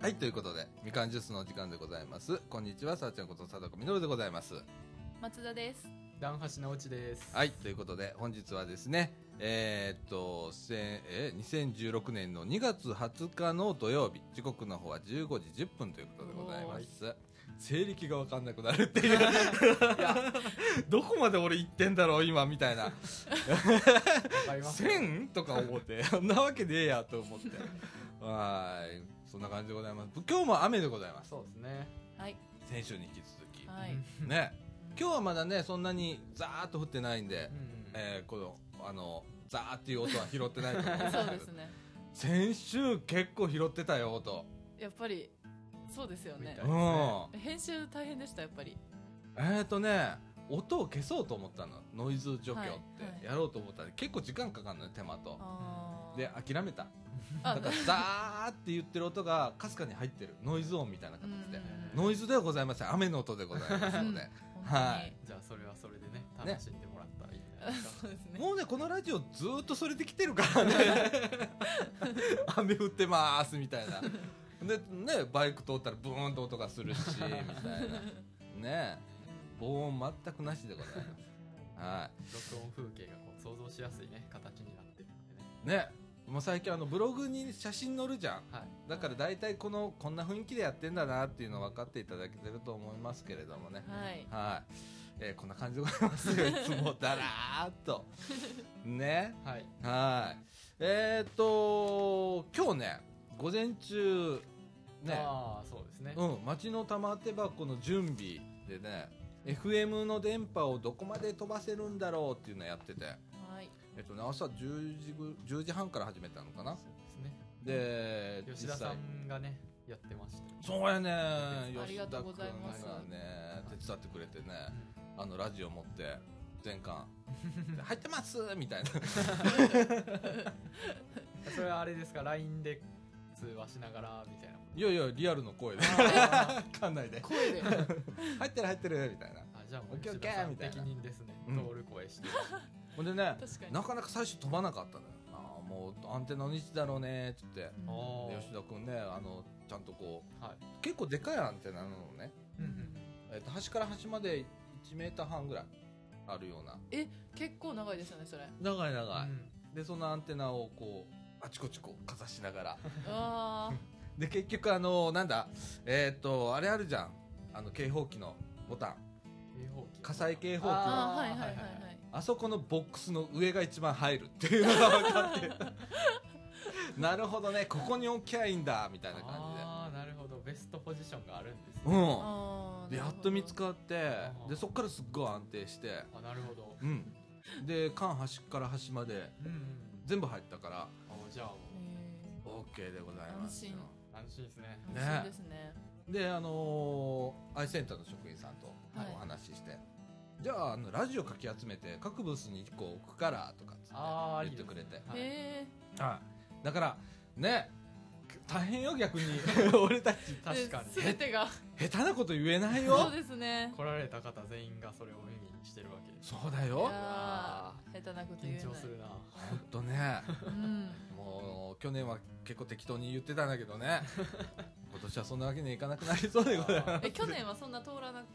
はい、ということで、みかんジュースのお時間でございます。こんにちは、さあちゃんこと貞子みのるでございます。松田です。段橋直ちです。はい、ということで、本日はですね、えーっと、せんえー2016年の2月20日の土曜日、時刻の方は15時10分ということでございます。西暦がわかんなくなるっていう。 どこまで俺行ってんだろう、今、みたいな。わかります。 1000とか思って、そんなわけねえやと思って。はーい、そんな感じでございます。今日も雨でございます。そうですね。はい。先週に引き続き。はい。ね、今日はまだねそんなにザーッと降ってないんで、うんえーこのあのザーっていう音は拾ってないと思うん ですそけうどですね。先週結構拾ってたよ音、やっぱり、そうですよねみたうい。ねん編集大変でした、やっぱり。えっ、とね音を消そうと思ったのノイズ除去っはいはいてやろうと思ったら結構時間かかるのよ手間とあーで諦めた だあからザーって言ってる音がかすかに入ってるノイズ音みたいな形でうんノイズではございません雨の音でございますので 本当にはいじゃあそれはそれでねね楽しんでもらったらいいんじゃない ですか。そうですね。もうね、このラジオずーっとそれで来てるから ね。雨降ってまーす、みた いな。で、ね、バイク通ったらブーンと音がするし、 みたいな。ね防音全くなしでございます。は録音風景がこう想像しやすいね形になってるんでね。い。ね。もう最近あのブログに写真載るじゃん。はい。だから大体この、こんな雰囲気でやってんだなっていうの分かっていただけてると思いますけれどもね。はい。はい。えーこんな感じでございますよ。いつもだらーっ と。ね。はい。はい。えーっ、と、今日ね、午前中、ね、ああそうですね。うん、町の玉手箱の準備でね、FM の電波をどこまで飛ばせるんだろうっていうのをやってて、はい。えっとね、朝10時ぐ10時半から始めたのかなそ。うですね。で、吉田さんがねやってましたよ。そうやねあり吉が田とうご君がざいますね、手伝ってくれてね、あの、ラジオ持って、全巻、 入ってますみたいな。うんそれはあれですか LINE で通話しながらみたいな。いやいや、リアルの声で。 あ館内で。声で。入ってる入ってるみたいな。あじゃあオもうッケーオッ吉ケー田さんみたい的なにですねうん通る声して。ほんでね、確かに。なかなか最初飛ばなかったのよ。ああ、もうアンテナにしてだろうね、つって。うんおーで吉田くんね、あの、ちゃんとこう、はい。結構でかいアンテナなのね。うんうんえっと、端から端まで1メーター半ぐらいあるような。結構長いですよね、それ。長いう長い。んで、そのアンテナをこう、あちこちこう、かざしなが ら。あで、結局あの、なんだ、えっと、あれあるじゃん。あの、警報器のボタン。警報器火災警ー報器の。あー。はいはいはいはいはい。あそこのボックスの上が一番入るっていうのが分かって なるほどねここに置きゃいいんだみたいな感ああなるほどベストポジションがあるんですねじでうあんーでやっと見つかってーでそっからすっごい安定してあなるほどうんで缶端から端までうんうん全部入ったからあじゃあもなるほどえ OK でございますよ安う安心ですねーね安心ですね。であのーアイセンターの職員さんとはいお話しして、じゃああのラジオかき集めて各ブースに1個置くからとかっつってあー言ってくれていいですねはいへえ。はい、だからね大変よ逆に 俺たち確かすべてが。下手なこと言えないそうよですねに。来られた方全員がそれを耳にしてるわけですそうだいよやあー下手なこと言え緊ない。張するなほんとねうん。もう去年は結構適当に言ってたんだけど ね今年はそんなわけにはいかなくなりそうでございますえ去年はそんな通らなと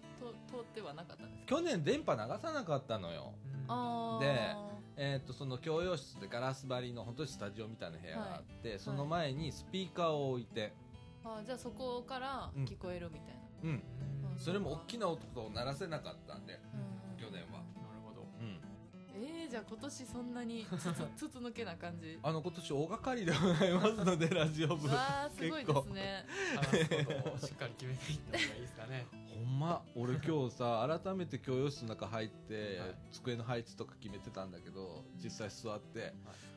通ってはなかったんですか。去年電波流さなかったのよあーでえっとその教養室でガラス張りの本当にスタジオみたいな部屋があって、その前にスピーカーを置いて、あーじゃあそこから聞こえるみたいな。うん、うんそれも大きな音を鳴らせなかったんでうん去年は、なるほどうん、えー、じゃあ今年そんなにつ つつつ抜けな感じ。あの今年大掛かりでございますのでラジオ部ほわあすごいですね。話すことをしっかり決めていった方がいいですかねんま俺今日さ 改めて教養室の中入って、はい机の配置とか決めてたんだけど実際座って、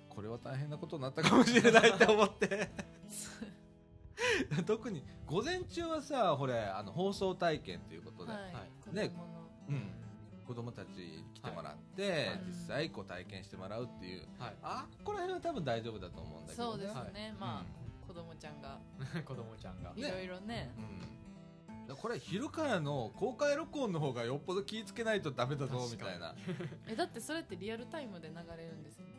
これは大変なことになったかもしれないって思って 特に午前中はさほれあの放送体験ということで、はい。はい子供のねううんん、子供たちに来てもらって、はい実際こう体験してもらうっていうはい あっこら辺は多分大丈夫だと思うんだけど、ね、そうですね。まうんあ、子供ちゃんが子供ちゃんがいろいろね。うん、これ昼からの公開録音の方がよっぽど気ぃつけないとダメだぞみ確かたにいなえだってそれってリアルタイムで流れるんですよ、ね。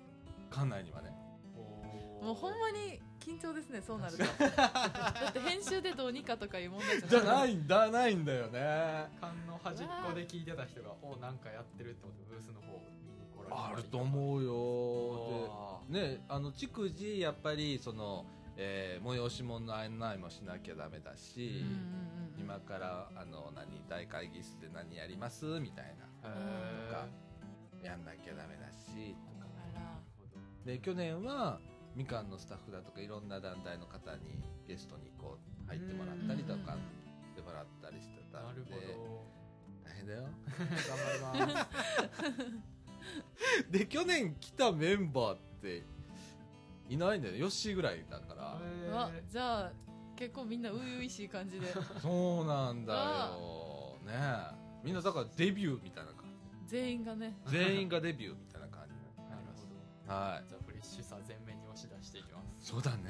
館内にはねおーもうほんまに緊張ですねそうなると だって編集でどうにかとかいう問題じゃじなゃないいんだないんだよね缶の端っこで聞いてた人が「おなんかやってる」ってことでブースの方見に来られたりあかると思うよあでねあの逐次やっぱりその、えー催し物の案内もしなきゃダメだし、うんうんうん今からあの何大会議室で何やりますみたいーへなーとかやんなきゃダメだしとかあらで去年はみかんのスタッフだとかいろんな団体の方にゲストにこう入ってもらったりとかうんしてもらったりしてたなるんほでど 大変だよ頑張りますで去年来たメンバーっていないんだよヨッシーぐらいだからうわじゃあ結構みんな初々しい感じでそうなんだあよねえみんなだからデビューみたいな感全員がねじ 全員がデビューみたいな感じになりなるまほすどはいじゃあフレッシュさ全面に押し出していきますそうだ ね。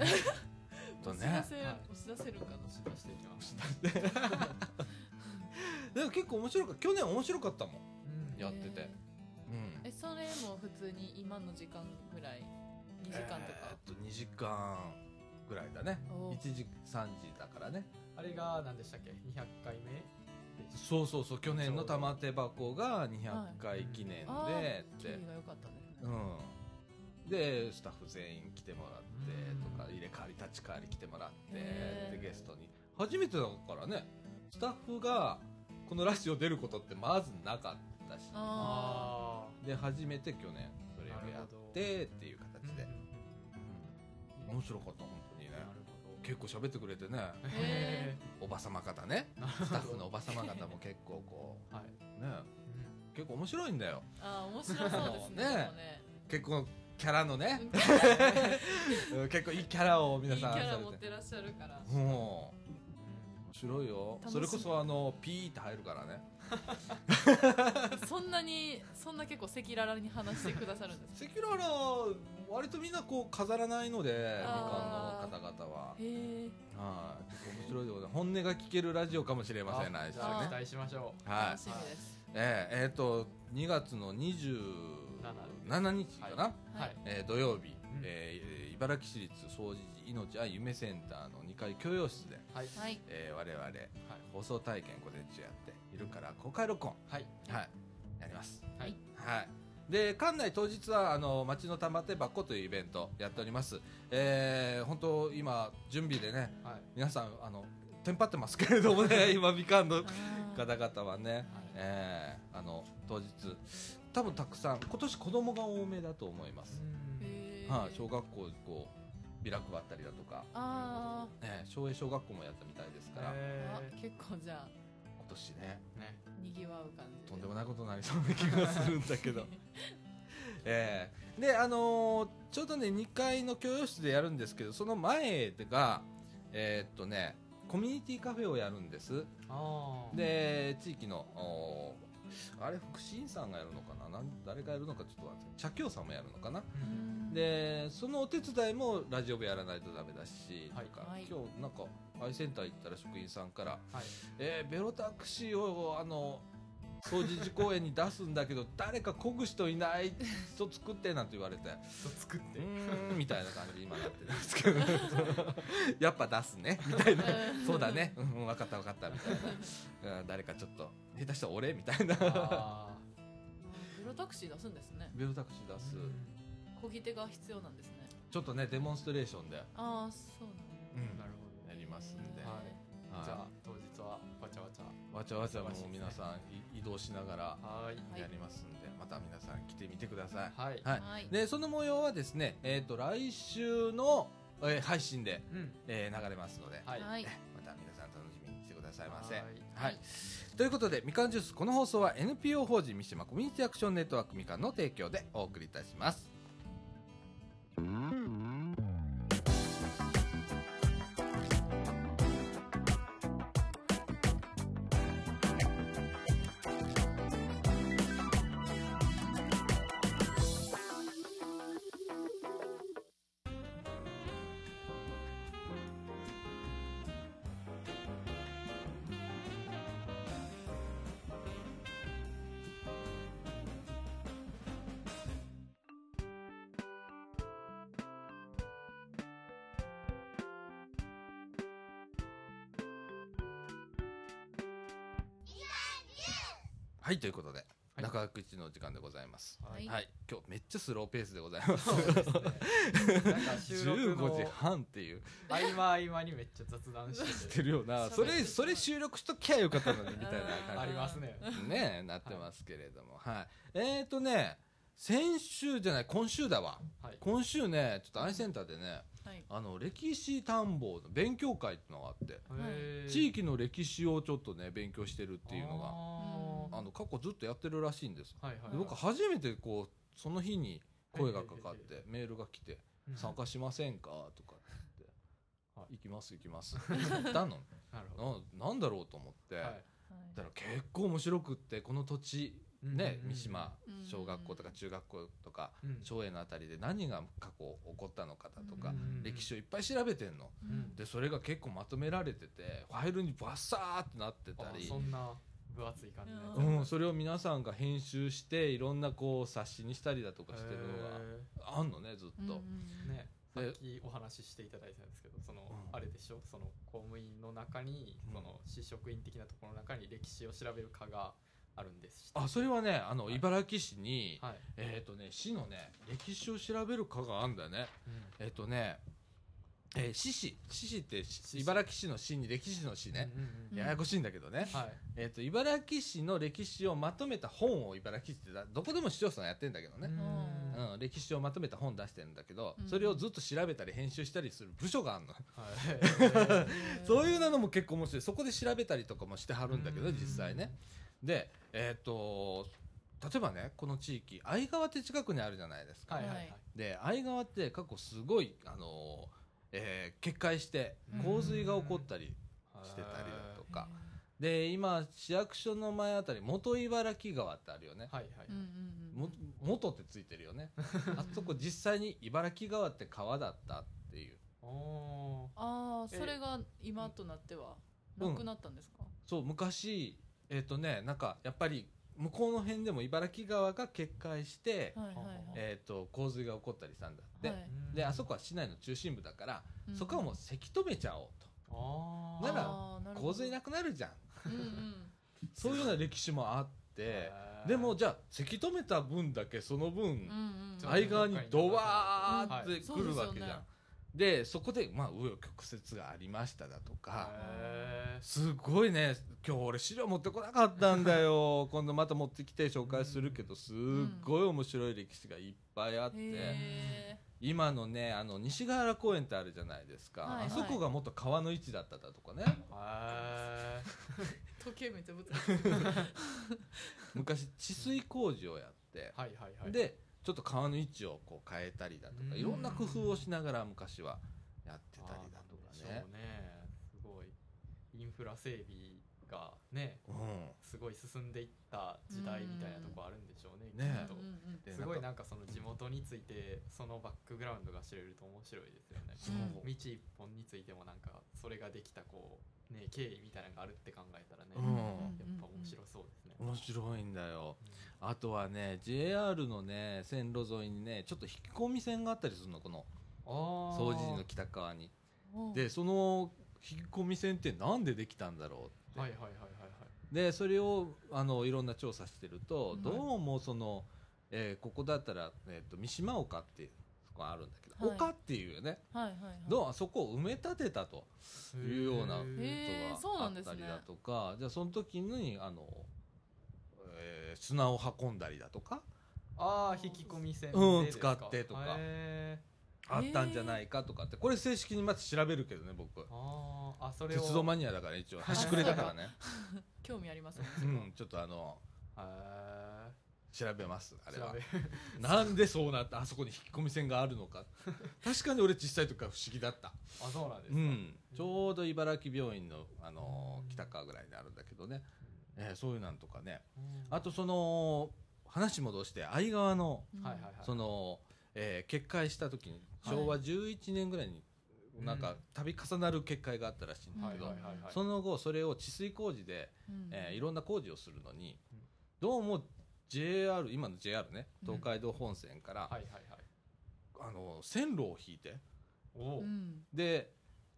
と押し出ね。せ、はい押し出せるかな押し出していきますでも結構面白かった。去年面白かったもん。うんやっててうん。えそれも普通に今の時間ぐらい2時間とえーかっ、と2時間ぐらいだね。お1時3時だからね。あれが何でしたっけ200回目でしそうそうそう。去年の玉手箱が200回記念あでっキてー。が良かったですねうん。でスタッフ全員来てもらってとか入れ替わり立ち替わり来てもらっへてーでゲストに初めてだからねスタッフがこのラジオ出ることってまずなかったしああで初めて去年それをやってっていうあ形で、うん面白かった本当にねなるほど結構喋ってくれてねーへへおばさま方 ねーなるほどスタッフのおばさま方も結構こはいうねうん結構面白いんだよーあー面白そうですねね結構キャラのねでもねうん結構いいキャラをい皆いキさんャラさ持っれててらっしゃるからうん面白いよ楽しそみれこそあのピーって入るからねそんなにそんな結構赤裸々に話してくださるんですセかキュララ割とみんなこう飾らないのでみあかーんの方々はへえはい面白いところで本音が聞けるラジオかもしれません来週じねゃああ期待しましょうはい楽しみですえーえーと2月の27日かな、ははいいえー土曜日、んえー茨城市立総除寺命愛夢センターの2階教養室で、はいはいえー我々放送体験午前中やって昼から公開録音、はいはい、やります、はいはい、で館内当日はあの町の玉手箱というイベントやっております、えー本当今準備でねはい皆さんあのテンパってますけれども ね今みかんのあー方々はね、えーあの当日多分たくさん今年子供が多めだと思います、へーはい、小学校にこうビラ配ったりだとか、あね、省営小学校もやったみたいですから、ーえあ結構じゃあ今年ねーねにぎわう感じとんでもないことになりそうな気がするんだけ どえーであのーちょうどね2階の教養室でやるんですけどその前がえーっとねコミュニティカフェをやるんですあーで地域のおーあれ福祉院さんがやるのかななん誰がやるのかちょっと忘れ社協さんもやるのかなううんん でそのお手伝いもラジオ部やらないとダメだし、はいとかはい今日なんか愛センター行ったら職員さんからはい「えーベロタクシーをあの掃除時公園に出すんだけど誰かこぐ人いない人作って」なんて言われて「そう作っうてーん」みたいな感じで今なってるんですけどやっぱ出すねみたいな「うんそうだねうんうん分かった分かった」みたいなうん「誰かちょっと下手したら俺?」みたいな あプロタクシー出すんですねベロタクシー出ーすうん小切手が必要なんですねちょっとねデモンストレーションで、ああそうなんだうんなるやりますんで、へーははいいほどじゃあ当日はわちゃわちゃわちゃわちゃもう皆さんい移動しながらはいはいやりますんで、また皆さん来てみてください。はいはい。はいで、その模様はですね、えっ、と、来週の、えー配信で、うんえー流れますので、はいはいねまた皆さん楽しみにしてくださいませ。ははいいということで、みかんジュース、この放送は NPO 法人三島コミュニティアクションネットワークみかんの提供でお送りいたします。はいということで、はい中学一の時間でございますははいはい今日めっちゃスローペースでございますそうですね。なんか収録の15時半っていう合間合間にめっちゃ雑談ししててる。るよなそそうですれそれ収録しときゃよかったのにみたいなあーあ感ります ね。じねなってますけれどもはいえーとね先週じゃない今週だわはい。今週ねちょっとアイセンターでねはい。あの歴史探訪の勉強会ってのがあってへー地域の歴史をちょっとね勉強してるっていうのがああの過去ずっとやってるらしいんですーはいはいはでい。僕初めてこうその日に声がかかっはてメールが来てう「ん参加しませんか?」とかってはい行きます行きます」行ったの なるほど。ななんだろうと思って、はだいから結構面白くってこの土地ね、三島うん小学校とか中学校とかうん松江のあたりで何が過去起こったのかだとかうん歴史をいっぱい調べてんの。うんでそれが結構まとめられててファイルにバッサーってなってたありそんな分厚い感じのやつうん、それを皆さんが編集していろんなこう冊子にしたりだとかしてるのへがあんのねずっうんと、うんーねさでっきお話ししていただいたんですけどその、うんあれでしょその公務員の中にうんその市職員的なところの中に歴史を調べる課があるんですあそれはねあのはい茨城市に、はい、えっ、とね市のね歴史を調べる課があんだよねえっ、とねえー、市市市市ってし市茨城市の市に歴史の市ね、うんうんうんんややこしいんだけどね、はいえっ、と茨城市の歴史をまとめた本を茨城市ってだどこでも市町村やってんだけどね、んうん歴史をまとめた本出してるんだけど、うんそれをずっと調べたり編集したりする部署があるの、 はいそういうのも結構面白いそこで調べたりとかもしてはるんだけどうん実際ねでえっ、と例えばねこの地域相川って近くにあるじゃないですか、はいはいははいいで相川って過去すごいあのーえー決壊してうん洪水が起こったりしてたりだとか、で今市役所の前あたり元茨城川ってあるよね、はいはいうんうんうんも元ってついてるよ ねあそこ実際に茨城川って川だったっていうおーああそれが今となってはうんなくなったんですか、そう昔えっ、とねなんかやっぱり向こうの辺でも茨城川が決壊して、はいはいはいえっ、と洪水が起こったりしたんだって、はいうんであそこは市内の中心部だから、うんそこはもうせき止めちゃおうあーならあーなとるほど洪水なくなるじゃんうんうんそういうような歴史もあってへーでもじゃあせき止めた分だけ その分うんうんちょっと相川にドワーっはてい来るわけじゃん、そうでそこでまあ紆余曲折がありましただとか、へーすごいね今日俺資料持ってこなかったんだ よ今度また持ってきて紹介するけどすっごい面白い歴史がいっぱいあって、へ今のねあの西ヶ原公園ってあるじゃないですか、はいはいあそこが元川の位置だっただとかねへー時計めっちゃぶつか昔治水工事をやってー、はいはいはいでちょっと川の位置をこう変えたりだとかうんいろんな工夫をしながら昔はやってたりだとあーなんでしかょうね。ねすごいインフラ整備がねうんすごい進んでいった時代みたいなとこあるんでしょうね、 うんきねっるとうんうんですごいなんかなんかその地元についてそのバックグラウンドが知れると面白いですよね、そううん道一本についてもなんかそれができたこうね経緯みたいなのがあるって考えたらね、うんやっぱ面い白そうですね、面白いんだよ。うんあとはね JR のね線路沿いにねちょっと引き込み線があったりするのこのあ総除寺の北側におうでその引き込み線ってなんでできたんだろうって、はいはいはいはいでそれをあのいろんな調査してると、うんどうもその、えーここだったら、えー、と三島丘っていうそこあるんだけど、はい丘っていうよねはいはいはいどうもそこを埋め立てたとはいいうようなこへへーーとがあったりだとか、じゃあその時にあの、えー砂を運んだりだとかあー引き込み線うんでですか使ってとかへーあったんじゃないかとかってこれ正式にまず調べるけどね僕あーあそれを鉄道マニアだから一応端くれだからね興味ありますねうんちょっとあのへ調べますあーれは 調べなんでそうなったあそこに引き込み線があるのか確かに俺小さい時から不思議だったあそうなんですうか、んちょうど茨城病院の、あのー北川ぐらいにあるんだけどね、えーそういうなんとかねうんあとその話戻して相川のうんはいはいはいその、えー決壊した時にはい昭和11年ぐらいになんか度重なる決壊があったらしいんだはけいど、はいはいはいその後それを治水工事で、うんえーいろんな工事をするのに、うんどうも JR 今の JR ねうん東海道本線から、はいはいはいあの線路を引いておお、うんで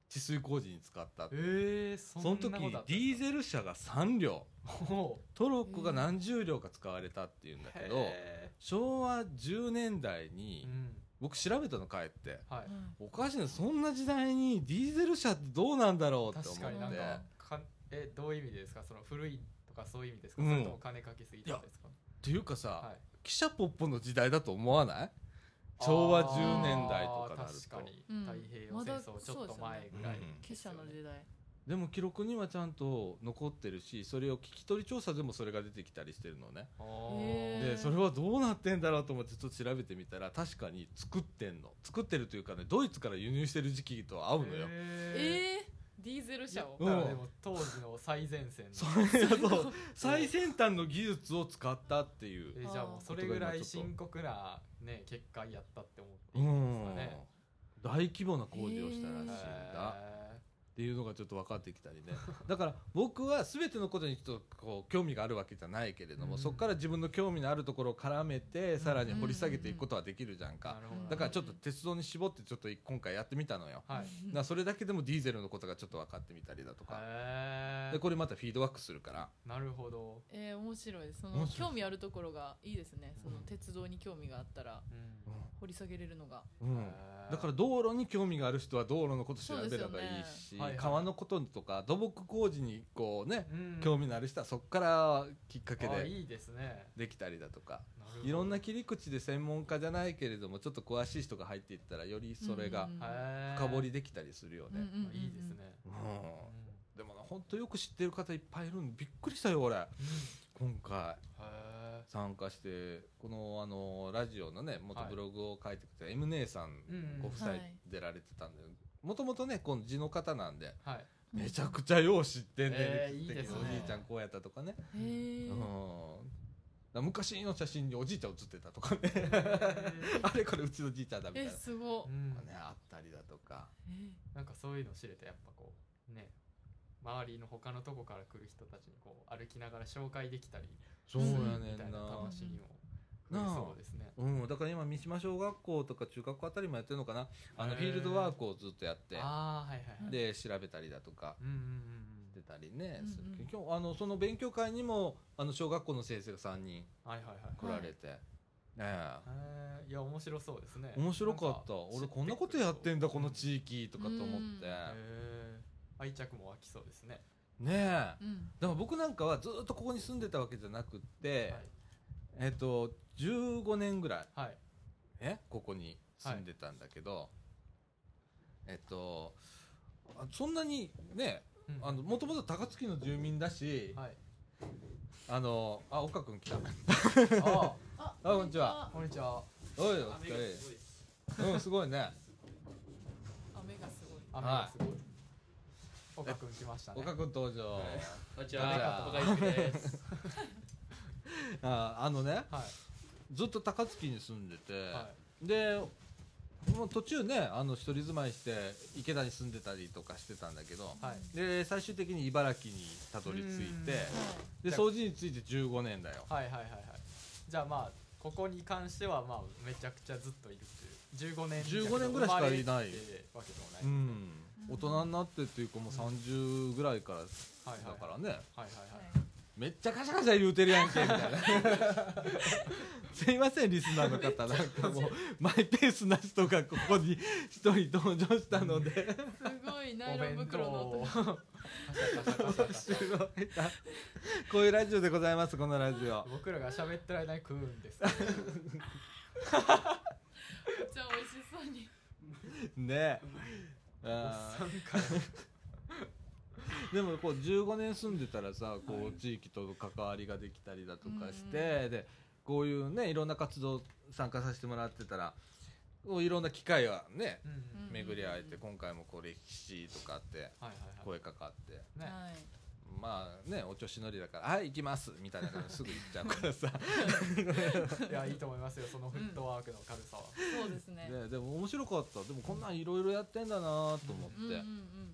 治水工事に使ったええそそのん時なデことあったィーゼル車が3両ほトロッコが何十両か使われたっていうんだうけど、へ昭和10年代えに、うん僕調べたの帰ってはいおかしいなそんな時代にディーゼル車ってどうなんだろうって思確っかになんてかかえどういう意味ですかその古いとかそういう意味ですか、うんそれとも金かけすぎたんですかっていうかさ、はい汽車ポッポの時代だと思わない昭和10年代とかなると確かにうん太平洋戦争ちょっと前ぐらい、まだ汽車の時代でも記録にはちゃんと残ってるしそれを聞き取り調査でもそれが出てきたりしてるのねあへーえでそれはどうなってんだろうと思ってちょっと調べてみたら確かに作ってんの作ってるというかねドイツから輸入してる時期と合うのよ、へええディーゼル車をうんーだからでも当時の最前線のそれがそう最先端の技術を使ったっていうえじゃあもうそれぐらい深刻な、ね、結果やったって思っていいんですかね。うん大規模な工事をしたらしいんだ、へっていうのがちょっと分かってきたりね だから僕は全てのことにちょっとこう興味があるわけじゃないけれども、うんそこから自分の興味のあるところを絡めてさらに掘り下げていくことはできるじゃんーか、なるほどだからちょっと鉄道に絞ってちょっと今回やってみたのよ、はい。だからそれだけでもディーゼルのことがちょっと分かってみたりだとか、へでえこれまたフィードバックするからなるほど。えー面白いですそ面の白い興味あるところがいいですねそのうん鉄道に興味があったらうん掘り下げれるのがうんだから道路に興味がある人は道路のこと調べればいいし、そうですよねはいはい川のこととか土木工事にこうね、うん興味のある人はそこからきっかけあでいいですね。できたりだとかるほどいろんな切り口で専門家じゃないけれどもちょっと詳しい人が入っていったらよりそれがうんへー深掘りできたりするよね、うんうんうんうんいいですね。うんうんでもな本当よく知ってる方いっぱいいるんでびっくりしたよ俺今回へ参加してこのあのラジオのね元ブログを書いてくれた M 姉さんうんご夫妻はい出られてたんでもともとねこの字の方なんでーはい。 めちゃくちゃよう知ってんねん、えー歴史的にいいですねおじいちゃんこうやったとかね、へえうんだから昔の写真におじいちゃん写ってたとかね あれこれうちのじいちゃんだみたいえなすごっうんね、あったりだとか、えなんかそういうの知れてやっぱこうね周りの他のとこから来る人たちにこう歩きながら紹介できたりそうやねんなみたいな楽しみも増えそうですね。うん、だから今三島小学校とか中学校あたりもやってるのかなあのへーフィールドワークをずっとやってああはいはいはい。で調べたりだとかうんうんうん出たりね、うんうんする今日あのその勉強会にもあの小学校の先生が3人うん。はいはいはい。来られて、ねえへーいや面白そうですね面白かったな知て俺こんなことやってんだこの地域とかと思っうんて、へー愛着も湧きそうですねねえうんだから僕なんかはずっとここに住んでたわけじゃなくって、えっと15年ぐらいはい、はい、えここに住んでたんだけど、えっとあそんなにねうんあのもともと高槻の住民だし、はいあのあ岡君 来たあああこんにちはーこんにちはおいお疲れうんすごい ね雨がすごい雨がすごい、岡くん来ましたね岡君登場こんにちはは、岡井です。ああのねはずっと高槻に住んでて、いはでもう途中ねあの一人住まいして池田に住んでたりとかしてたんだけどはいで最終的に茨城にたどり着いてで掃除について15年だよいはいはいはいはいじゃあまあここに関してはまあめちゃくちゃずっといるっていう15年15年ぐらいしかいない生まれてってわけでもない、うはいんうん大人になってっていうかもう30ぐらいからだはいはいからはねいはいはいめっちゃカシャカシャ言うてるやんけみたいな すいませんリスナーの方なんかもうマイペースな人がここに一人登場したのではいすごいナイおロン弁当袋の音をカシャカシャカシャカシす ごいャなこういうラジオでございますこのラジオ僕らが喋ってる間に食うんですけどめっちゃ美味しそうにねおっあさんからーでもこう15年住んでたらさこう地域との関わりができたりだとかして、でこういうねいろんな活動参加させてもらってたらこういろんな機会はねうんうんうん巡り合えて今回もこう歴史とかあってはいはいはい。声かかってはね、いまあねお調子乗りだから「はい行きます」みたいな感じですぐ行っちゃうからさいや、いいと思いますよ、そのフットワークの軽さは。そうです ねねでも面白かったでもこんなんいろいろやってんだなと思って、うんうん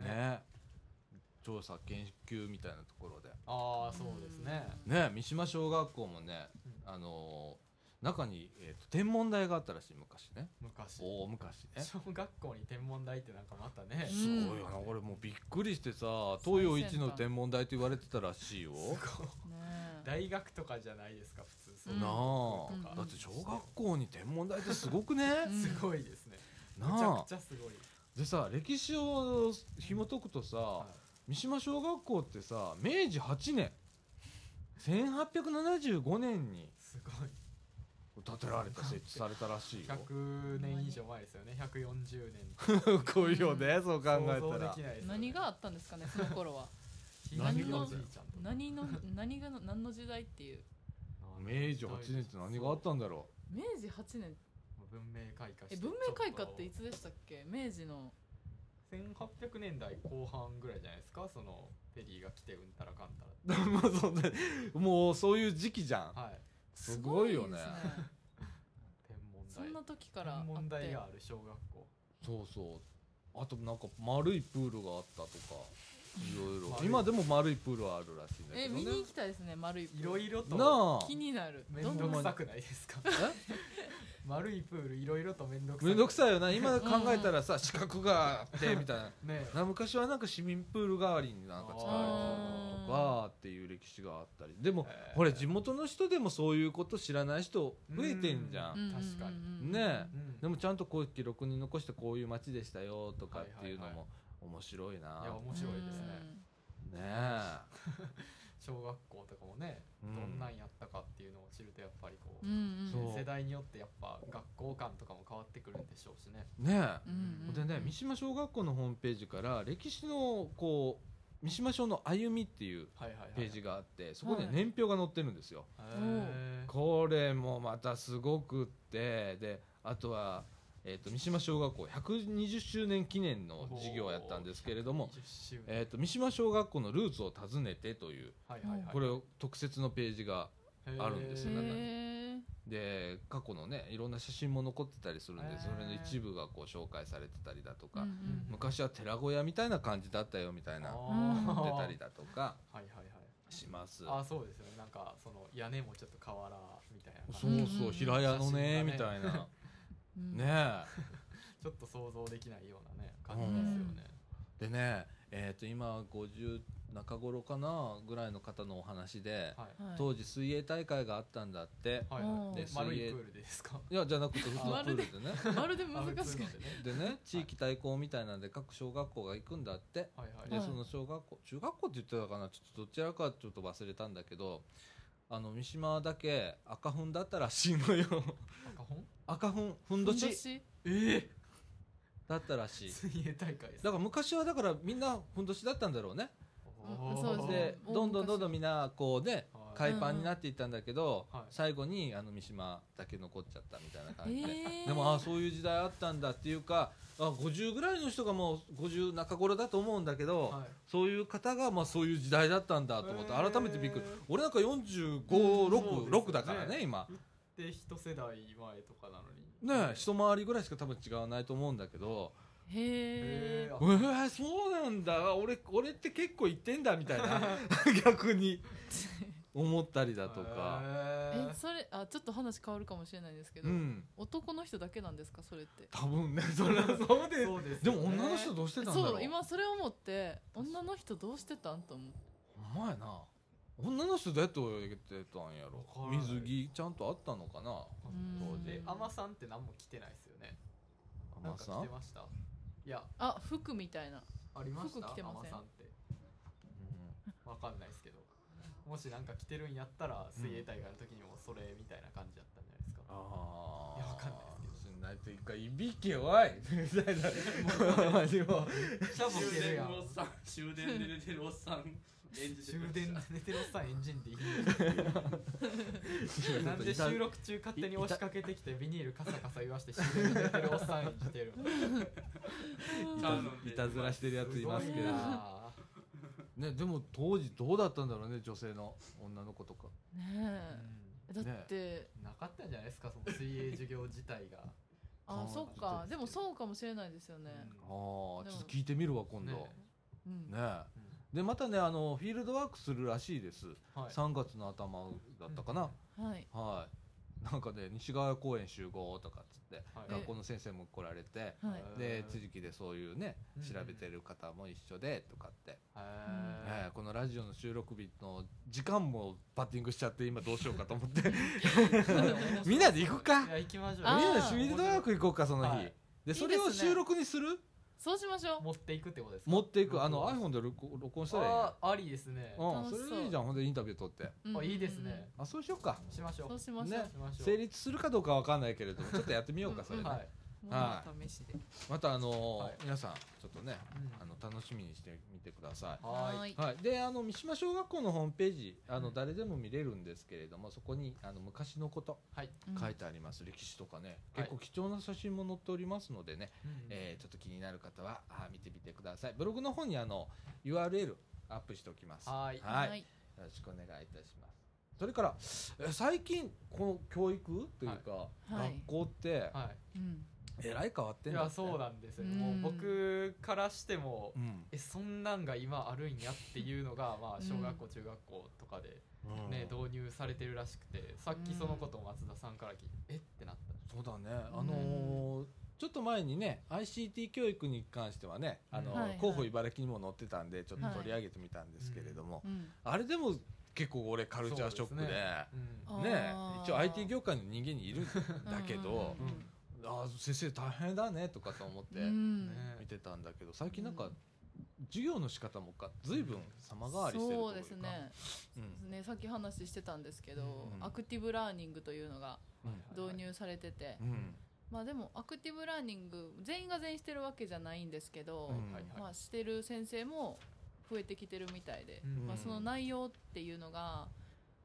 うねん調査研究みたいなところでああ、そうですね。ね三島小学校もねうんあの中に、えーと天文台があったらしい昔ね昔大昔ね小学校に天文台ってなんかまたね、すごいよな俺もうびっくりしてさ東洋一の天文台と言われてたらしいよすごいね大学とかじゃないですか普通そうんなあうんだって小学校に天文台ってすごくねうんすごいですねめちゃなあくちゃすごいでさ歴史を紐解くとさはい三島小学校ってさ明治8年1875年にすごい建てられた設置されたらしい よ100年以上前ですよね140年すごいよねそう考え想像たでらきないですよね何があったんですかねその頃は ひいじい何おをじいちゃんとか何の何が何の時代っていう明治8年って何があったんだろ明治8年文明開化してえ文明開化っていつでしたっけ明治の1800年代後半ぐらいじゃないですかそのペリーが来てうんたらかんたらう っまあそうねもうそういう時期じゃんてはいすごいよねすごいですね 天文台そんな時からあ天文っ台てがある小学校そうそうあとなんか丸いプールがあったとかいろいろ丸い今でも丸いプールはあるらしいんだけえど見にね行きたいですね丸いプールいろいろなとあ気になる面どん倒なくさくないですかえ丸いプールいろいろと面倒くさいめんどくいさいよな今考えたらさ資格があってみたいなねな昔はなんか市民プール代わりになんか使われてたのとかっていう歴史があったりでもえーほれ地元の人でもそういうこと知らない人増えてんじゃうんんうんうん確かうんねうんでもちゃんとこういう記録に残してこういう街でしたよとかっていうのはいはいも面白いいやな面白いですねうねんえ小学校とかもねうどんんなんやったかっていうのを知るとやっぱりこううんうんそう世代によってやっぱ学校感とかも変わってくるんでしょうしねねえうんうんでね三島小学校のホームページから歴史のこう三島小の歩みっていうはいはいはいページがあってそこではい年表が載ってるんですよ。へーこれもまたすごくってであとは、えー、と三島小学校120周年記念の授業をやったんですけれども、 20周年えー、と三島小学校のルーツを訪ねてというはいはいはいこれを特設のページがあるんですよへー中にへーで過去のねいろんな写真も残ってたりするんでそれの一部がこう紹介されてたりだとかうんうん昔は寺小屋みたいな感じだったよみたいなあー出たりだとかはいはいはいします。あーそうですよねなんかその屋根もちょっと瓦みたいな感じそううんそううん平屋のね写真がねみたいなうんねちょっと想像できないようなね感じですよねえでねえっ、と今50中頃かなぐらいの方のお話で、はいはい当時水泳大会があったんだって、はいうんはいでで丸いプールですかい、やじゃなくて普通のプールでねまるで難あ普し通くなのいでねでね地域対抗みたいなんで各小学校が行くんだってはいではいその小学校中学校って言ってたかなちょっとどちらかちょっと忘れたんだけどあの三島だけ赤粉だったらしいのよ赤本赤粉ふんどふんしどしええだったらしい水泳大会ですだから昔はだからみんなふんどしだったんだろうねおーそうですねで大昔どんどんどんどんみんなこうねはい海パンになっていったんだけど、うんはい最後にあの三島だけ残っちゃったみたいな感じで、えーでもあそういう時代あったんだっていうかあ50ぐらいの人がもう50中頃だと思うんだけど、はいそういう方がまあそういう時代だったんだと思ってへー改めてびっくり俺なんか456、うんそうですよね6だからね今で一世代前とかなのにねえ一回りぐらいしか多分違わないと思うんだけどへへえーー、そうなんだ俺俺って結構言ってんだみたいな 逆に思ったりだとか、へえそれあちょっと話変わるかもしれないですけどうん男の人だけなんですかそれって多分ねそれ はそうーでそうですでよもね女の人どうしてたんだろうそう今それ思って女の人どうしてたんと思ってお前な女の人どうやって泳げてたんやろわからない水着ちゃんとあったのかなうんで海女さんって何も着てないですよね天さなんんか着てましたいやあ服みたいなありました服着てません海女さんってわかんないですけどもしなんか着てるんやったら水泳大会の時にもそれみたいな感じだったんじゃないですか、ああいやわかんないですすけどないというかいびき弱い みたいなもシャボ着終てるや電んのおっさん終電で寝てるおっさん演じて終ました電で寝てるおっさんエンジンでいいいなんで収録中勝手に押しかけてきてビニールカサカサ言わして終電で寝てるおっさん演じてるいたいたずらしてるやついますけごどいなねでも当時どうだったんだろうね女性の女の子とかねあえだってうんなかったんじゃないですかその水泳授業自体が、あそっかでもそうかもしれないですよ ねああちょっと聞いてみるわ今度ねねうんえうんでまたねあのフィールドワークするらしいですはい3月の頭だったかな、はいはいなんかね西川公園集合とかっつってはい学校の先生も来られてはい。で地域でそういうねうん調べてる方も一緒でとかって、へえーーこのラジオの収録日の時間もバッティングしちゃって今どうしようかと思って みんなで行くかいや行きましょうあーみんなでシミルドワーク行こうかその日、はいでそすねれを収録にするそうしましょう。持っていくってことですか持っていくあの録 iPhone 音で録録音したらいいあーありですねやん、うん、楽しそそうれでいいじゃんほんでインタビュー取ってうんあいいですね。あそうしようかしましょそううしましょうね。しましょう成立するかどうかわかんないけれどもちょっとやってみようかそれで、うんはいはもう試しで。またあのーはい皆さんちょっとねうんあの楽しみにしてみてくださいはーいい。はい、であの三島小学校のホームページあのうん誰でも見れるんですけれどもそこにあの昔のことはい、うん書いてあります、歴史とかねはい結構貴重な写真も載っておりますのでね、うんえーちょっと気になる方はあ見てみてくださいブログの方にあの URL アップしておきますはーいよ。ろしくお願いいたしますそれからえー最近この教育というか、はい学校ってはうん。えらい変わってい、んいだやってそうなんですよ、うんもう僕からしても、うんえそんなんが今あるんやっていうのが、まあ、小学校中学校とかで、ねうん導入されてるらしくてさっきそのことを松田さんから聞いてえってなったそうだね、あのーちょっと前にね ICT 教育に関してはね、あのーはいはい候補茨城にも載ってたんでちょっと取り上げてみたんですけれども、うん。あれでも結構俺カルチャーショックで。そうですうんあーね、一応 IT 業界の人間にいるんだけど、うんああ先生大変だねとかと思ってうんね見てたんだけど最近なんか授業の仕方もか随分様変わりしてるとそういうかですね。うんね、さっき話してたんですけど、うんアクティブラーニングというのが導入されてて、うんまあでもアクティブラーニング全員が全員してるわけじゃないんですけど、うんはいはいまあしてる先生も増えてきてるみたいで、うんまあその内容っていうのが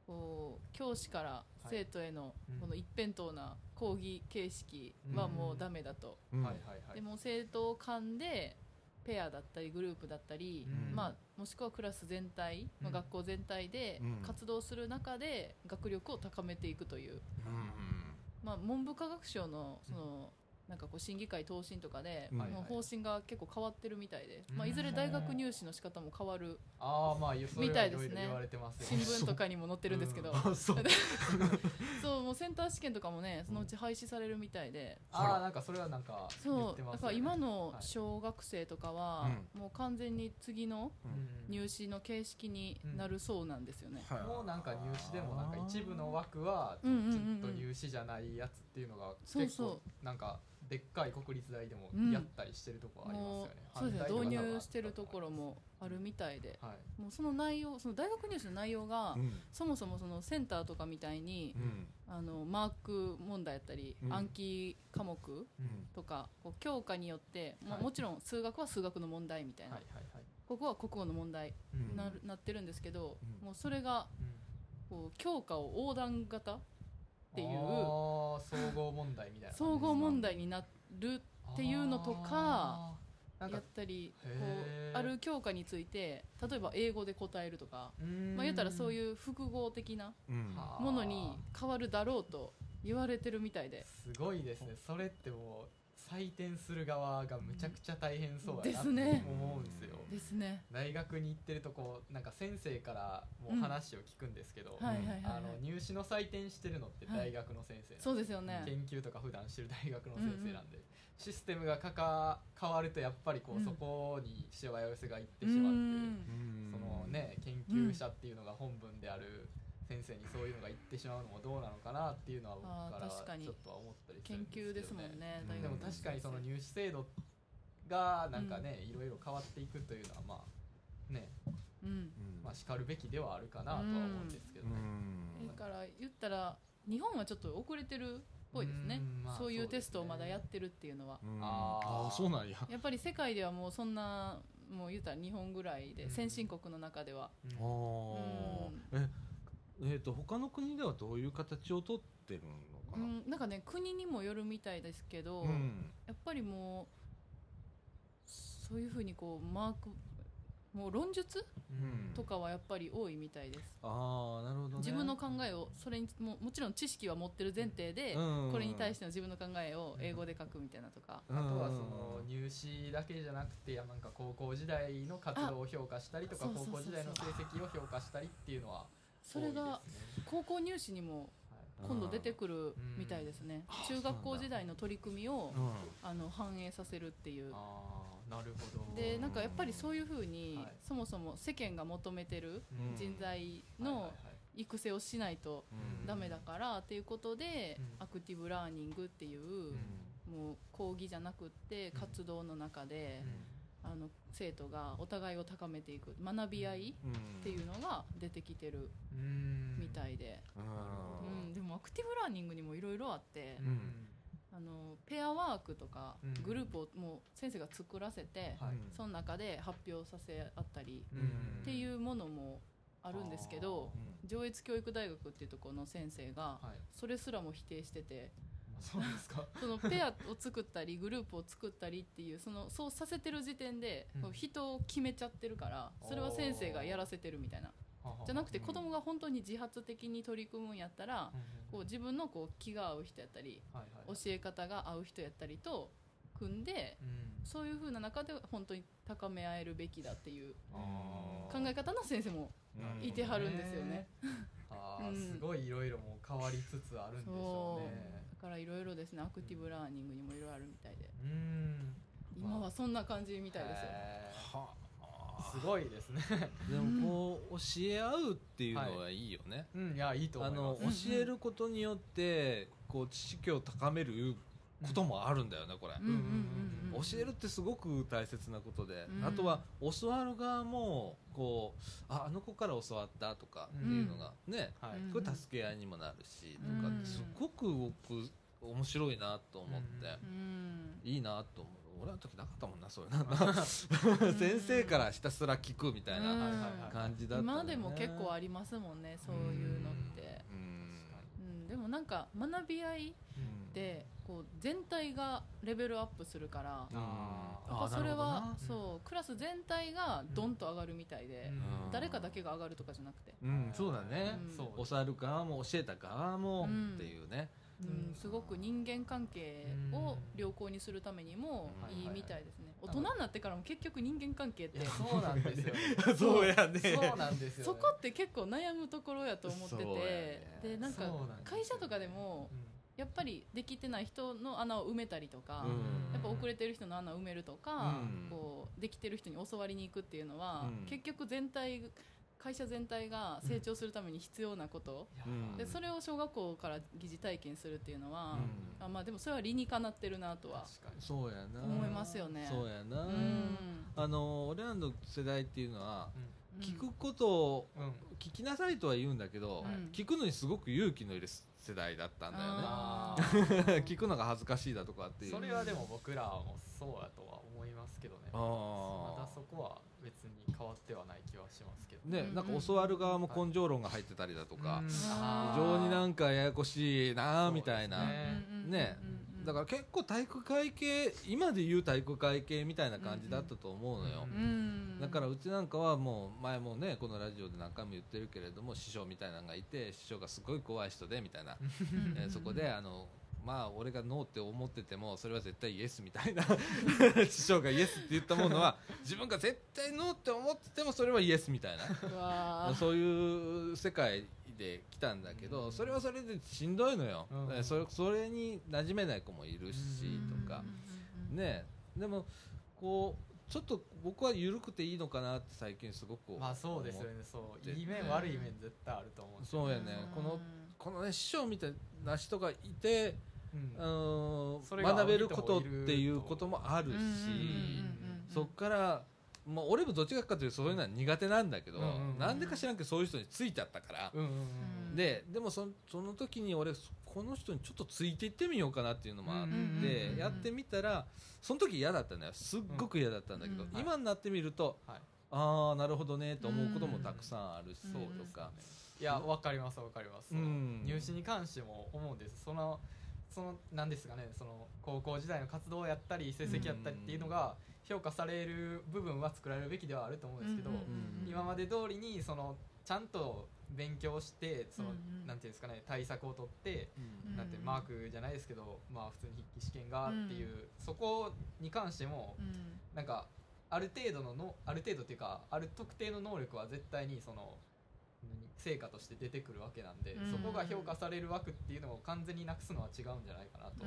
こう教師から生徒へのうんこの一辺倒な講義形式はもうダメだと、うんはいはいはいでも生徒間でペアだったりグループだったり、うんまあ、もしくはクラス全体、まあうん学校全体でうん活動する中で学力を高めていくという、うんまあ、文部科学省のその、なんかこう審議会答申とかで、うんもう方針が結構変わってるみたいで、まあ、うんいずれ大学入試の仕方も変わるああまあそれみはたいいろでいすねろ言われてますよ新ね聞とかにも載ってるんですけど、あ そうそうもうセンター試験とかもねそのうち廃止されるみたいで、 ああなんかそれはなんか言そってうまだすかよらね今の小学生とかは、うもう完全に次のうん入試の形式になるそうなんですよね。はいもうなんか入試でもなんか一部の枠はちうょんうんうんっと入試じゃないやつっていうのがそう結そう構なんかでっかい国立大でもやったりしてるとこはありますよもうね。そうですね反対導とか入してるところもあるみたいで、はい。もうその内容その大学入試の内容が、うんそもそもそのセンターとかみたいに、うんあのマーク問題やったり、うん暗記科目うんとかこう教科によって、まあはいもちろん数学は数学の問題みたいな、はいはいはい。ここは国語の問題うんなる、なってるんですけど、うんもうそれがこう教科を横断型ていうあー総合問題みたいな感じですか。総合問題になるっていうのとかあー。なんやかったりこへうーある教科について例えば英語で答えるとか。まあ、言ったらそうういう複合的なうんはあものに変わるだろうと言われてるみたいで。すごいですね。それってもう採点する側がむちゃくちゃ大変そうやなってですね思うんですよ。ですね。大学に行ってるとこなんか先生からもう話を聞くんですけど、はいはいはい、はあのい。入試の採点してるのって大学の先生なんでそうですよね。研究とか普段してる大学の先生なんで、システムがかか変わるとやっぱりこう、うんそこにしわ寄せがいってうしまってんそのね研究者っていうのが本文である先生にそういうのが言ってしまうのもどうなのかなっていうのはあー僕から確かにちょっとは思ったりする研んですけど、究ね、ですもんね。うん大で学もの確かにその入試制度がなんかね、いろいろ変わっていくというのはまあねうん。うんまあ、叱るべきではあるかなとは思うんですけどね。うんだから言ったら日本はちょっと遅れてるっぽいですねうんまあ。そういうテストをそうでますねだやってるっていうのは。うんあーあーそうなんややっぱり世界ではもうそんなもう言ったら日本ぐらいで、うん先進国の中では。あーええーと他の国ではどういう形をとってるのかうな、ん、なんかね国にもよるみたいですけど、うんやっぱりもうそういうふうにこうマークもう論述うんとかはやっぱり多いみたいです、ああなるほど、ね、自分の考えをそれにももちろん知識は持ってる前提で、うんこれに対しての自分の考えを英語で書くみたいなとか、うんあとはその入試だけじゃなくてなんか高校時代の活動を評価したりとかあそうそう高そうそう校時代の成績を評価したりっていうのはそれが多いですね高校入試にもはい今度出てくるみたいですねあー中学そうな校んだ時代の取り組みをうんあの反映させるっていうああなるほどでなんかやっぱりそういうふうにはいそもそも世間が求めてるうん人材はいはのいはい育成をしないとうんダメだからっていうことでうんアクティブラーニングっていううんもう講義じゃなくってうん活動の中でうんあの生徒がお互いを高めていく学び合いっていうのが出てきてるうんみたいで、うんうん、でもアクティブラーニングにもいろいろあってうんあのペアワークとかうんグループをもう先生が作らせてはいうんその中で発表させ合ったりうんうんっていうものもあるんですけどうん上越教育大学っていうところの先生がはいそれすらも否定しててあそうな んですかそのペアを作ったりグループを作ったりっていうそのそうさせてる時点でうんこう人を決めちゃってるからそれは先生がやらせてるみたいなじゃなくてうん子供が本当に自発的に取り組むんやったらうんこう自分のこう気が合う人やったりはいはい教え方が合う人やったりと組んでうんそういう風な中で本当に高め合えるべきだっていうあー考え方の先生もいてはるんですよね。 あーうんすごいいろいろもう変わりつつあるんでしょうねだからいろいろですねアクティブラーニングにもいろいろあるみたいでうん今はそんな感じみたいですよ。へはーすごい ですねでもこう教え合うっていうのはいいよね、うんいやいいと思あいまのすうんうん教えることによってこう知識を高めることもあるんだよねこれ、うんうんうんうん教えるってすごく大切なことで、うんあとは教わる側もこうああの子から教わったとかうんっていうのが、ねはういんこれ助け合いにもなるし、うんとかってすごく僕面白いなと思って、うんいいなと思う俺の時なかったもんなそういうな 先生からひたすら聞くみたいうんなはいはいはい感じだったのね、今でも結構ありますもんねそういうのって。うんうん、でもなんか学び合いうんでこう全体がレベルアップするからうんあーやっぱそれあーなるほどはなそうクラス全体がドンと上がるみたいでうん誰かだけが上がるとかじゃなくて、うん、そうだね、うんそう教わる側も教えた側もうんっていうね、うん、すごく人間関係を良好にするためにもいいみたいですねうん大人になってからも結局人間関係っいてやそうなんですよね そうやねそうなんですよ ねそこって結構悩むところやと思ってて、そうやねでなんかそうなんですよ会社とかでもやっぱりできてない人の穴を埋めたりとか、うんやっぱ遅れてる人の穴を埋めるとか、うんこうできてる人に教わりに行くっていうのは、うん結局全体会社全体が成長するために必要なこと、いやうんでそれを小学校から疑似体験するっていうのは、うんあまあでもそれは理にかなってるなとは確かにそうやな思いますよね。そうやな、うんあの俺らの世代っていうのは、うん聞くことをうん聞きなさいとは言うんだけど、うん聞くのにすごく勇気のいる世代だったんだよねあ だよー 聞くのが恥ずかしいだとかっていうそれはでも僕らもそうだとは思いますけどねまあたあそこは別に変わってはない気はしますけどねうんなんか教わる側も根性論が入ってたりだとか、うん非あー常になんかややこしいなーみたいな、そうですねうんうんうんうんねだから結構体育会系今で言う体育会系みたいな感じだったと思うのよ、うんうんだからうちなんかはもう前もねこのラジオで何回も言ってるけれども師匠みたいなのがいて師匠がすごい怖い人でみたいな、うんえーそこであのまあ俺がノーって思っててもそれは絶対イエスみ たいな師匠がイエスって言ったものは自分が絶対ノーって思っててもそれはイエスみたいな うわーそういう世界で来たんだけうどんそれはそれでしんどいのよ、うんえーそれそれに馴染めない子もいるしとか、うんねえでもこうちょっと僕は緩くていいのかなって最近すごく思う、まあそうですよねそういい絶面対悪い面絶対あると思うんですよそうやねこのこのね師匠みたいな人がいて、うんうーんそれが学べることっていうこともあるし、うんうんうんうんそっから、まあ、俺もどっちかというとそういうのは苦手なんだけど、うんうんうんなんでか知らんけどそういう人についちゃったから、うんうんうんうんででもそその時に俺この人にちょっとついていってみようかなっていうのもあって、うんうんうんうんやってみたらその時嫌だったんだよすっごく嫌だったんだけど、うん今になってみると、はいああなるほどねと思うこともたくさんあるし、うんそううんとか、いやわかりますわかります、うん入試に関しても思うんですそのそのなんですかねその高校時代の活動をやったり成績やったりっていうのが評価される部分は作られるべきではあると思うんですけど、うんうんうん今まで通りにそのちゃんと勉強してその、うんうんなんていうんですかね対策を取って、うんなんてマークじゃないですけどまあ普通に筆記試験がっていう、そこに関してもうんなんかある程度ののある程度っていうかある特定の能力は絶対にその何成果として出てくるわけなんで、うんそこが評価される枠っていうのを完全になくすのは違うんじゃないかなと、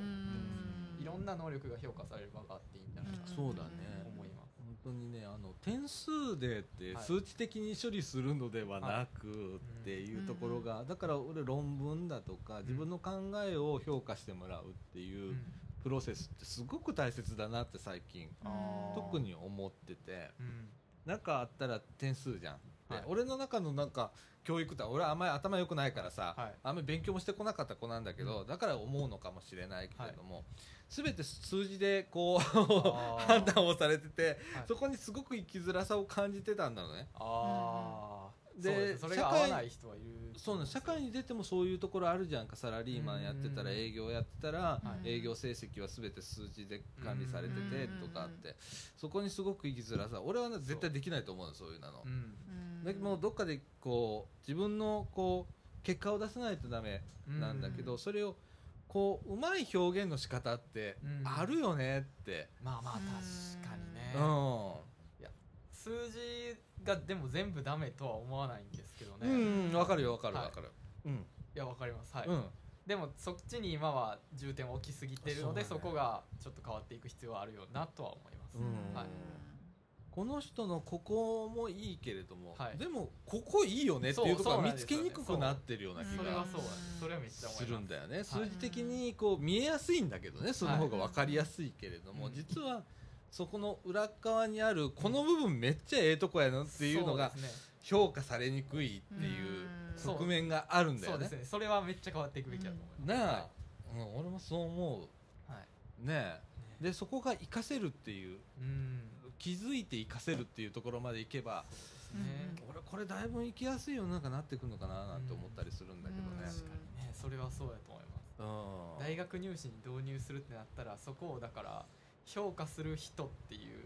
いろんな能力が評価される場があっていいんじゃないかなとそうだね思います。本当にねあの点数でってはい数値的に処理するのではなくっていうところが、だから俺論文だとか自分の考えを評価してもらうっていうプロセスってすごく大切だなって最近あー特に思っててうん何かあったら点数じゃん、ではい俺の中のなんか教育って俺はあんまり頭良くないからさ、はいあんまり勉強もしてこなかった子なんだけど、だから思うのかもしれないけれども、全て数字でこう 判断をされてて、はいそこにすごく生きづらさを感じてたんだろうね。あーでそうですそれが合わない人はいるそうね、社会に出てもそういうところあるじゃんかサラリーマンやってたらうん営業やってたらはい営業成績は全て数字で管理されててうとんかあってそこにすごく生きづらさ俺はね絶対できないと思うのそういうなのうんだけどもうどっかでこう自分のこう結果を出さないとダメなんだけうどんそれをこううまい表現の仕方ってうんあるよねってまあまあうん確かにね、うん数字がでも全部ダメとは思わないんですけどね、いうんわかるよわかるはいわかるうんやわかりますはい、うんでもそっちに今は重点を置きすぎてるのでそそうだねこがちょっと変わっていく必要はあるよなとは思います、うんはいこの人のここもいいけれども、はいでもここいいよねっていうところそうそがうな見んでつすよけねにくくなってるような気それがはそうだねそれはめっちゃ思いますするんだよねそれ数は字的にこう見えやすいんだけどねその方が分かりやすいけれども、はい実はそこの裏側にあるこの部分めっちゃええとこやなっていうのがそうですね評価されにくいっていうそう側面があるんだそようでねす。ねそれはめっちゃ変わっていくべきだと思います、なあ、うん、俺もそう思あ、はい、うねえででそこが活かせるっていううん気づいて活かせるっていうところまでいけばねう俺これだいぶ行きやすい世の中になってくるのかななんて思ったりするんだけどね、うんねそれはそうだと思いますうん大学入試に導入するってなったらそこをだから評価する人っていう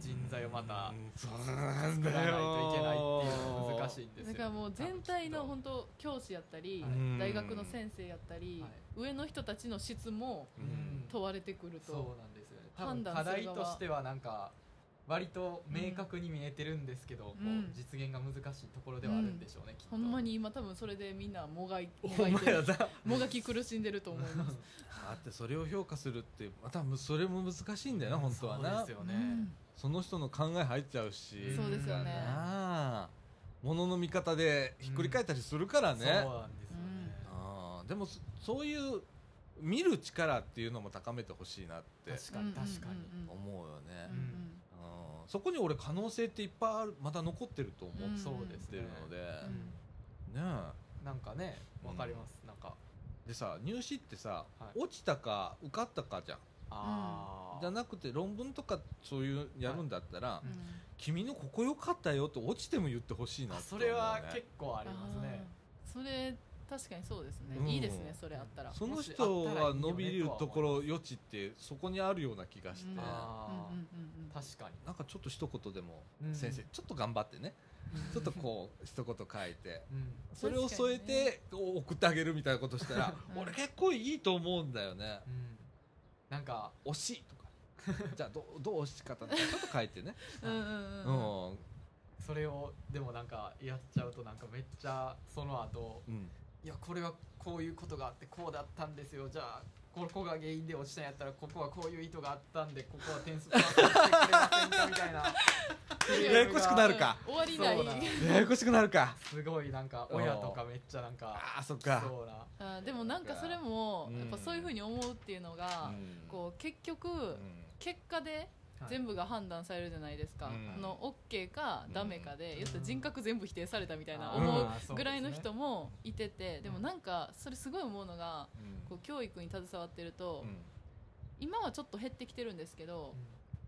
人材をまたそうなん作らだないよといけないっていうのが難しいんですよだからもう全体の本当教師やったりはい大学の先生やったりはい上の人たちの質もうん問われてくるとそうなんですよね多判分断課する題側としてはなんか割と明確に見えてるんですけど、うんこう実現が難しいところではあるんでしょうね、きっとほんまに今多分それでみんなもがいもおがいて前らるだだもがき苦しんでると思いますってそれを評価するってまたそれも難しいんだよな本当はそうなですようね、んその人の考え入っちゃうしそうですよねなあものの見方でひっくり返ったりするからそね、うなんですよね、あーでもそそういう見る力っていうのも高めてほしいなって確かに確かに、うんうんうん思うよね、うんうんそこに俺可能性っていっぱいあるまた残ってると思うんっそうですてねるので、んねなんかねわかります、なんかえでさ入試ってさ、はい落ちたか受かったかじゃんああじゃなくて論文とかそういうやるんだったら、うん君のここ良かったよって落ちても言ってほしいなってそ思うよねれは結構ありますねあーそれ確かにそうですね、うんいいですねそれあったらその人は伸びるところ余地ってそこにあるような気がして、うんなあーうんうんうん確かんかちょっと一言でも、うん先生ちょっと頑張ってねにちょっとこう一言書いてう、うん、それを添えてこう送ってあげるみたいなことしたら、うん俺結構いいと思うんだよねうん、なんか惜しいとかじゃあどうどう惜しかったのかちょっと書いてね、うんうんううんうんんそれをでもなんかやっちゃうとなんかめっちゃその後うん、いやこれはこういうことがあってこうだったんですよじゃあここが原因で落ちたんやったらここはこういう意図があったんでここは点数パスしてくれませんかみたいなややこしくなるか終わりないそうなんややこしくなるかすごいなんか親とかめっちゃなんかあーそっかそうな あーでもなんかそれもうんやっぱそういうふうに思うっていうのが、こう結局、うん結果ではい全部が判断されるじゃないですか、うんその OK かダメかで、うん言ったら人格全部否定されたみたいなあー思そうですうねぐらいの人もいてて、でもうんなんかそれすごい思うのがうんこう教育に携わってると、うん今はちょっと減ってきてるんですけど、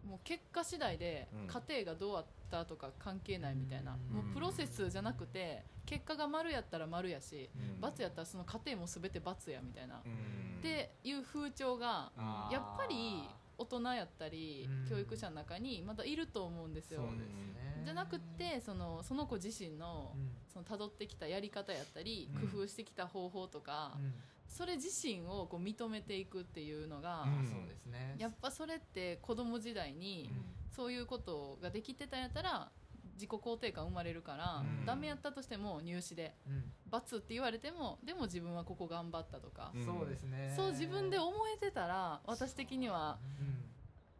もう結果次第でうん家庭がどうあったとか関係ないみたいな、うんもうプロセスじゃなくて結果が丸やったら丸やし、うん罰やったらその家庭も全て罰やみたいな、うっんていう風潮があーやっぱり大人やったりうん教育者の中にまだいると思うんですそうよですねじゃなくってそのその子自身のうんその辿ってきたやり方やったりうん工夫してきた方法とかうんそれ自身をこう認めていくっていうのがうんそうですねやっぱそれって子供時代にうんそういうことができてたんやったら自己肯定感生まれるから、うんダメやったとしても入試でうん罰って言われてもでも自分はここ頑張ったとか、うんそうですねそう自分で思えてたら私的には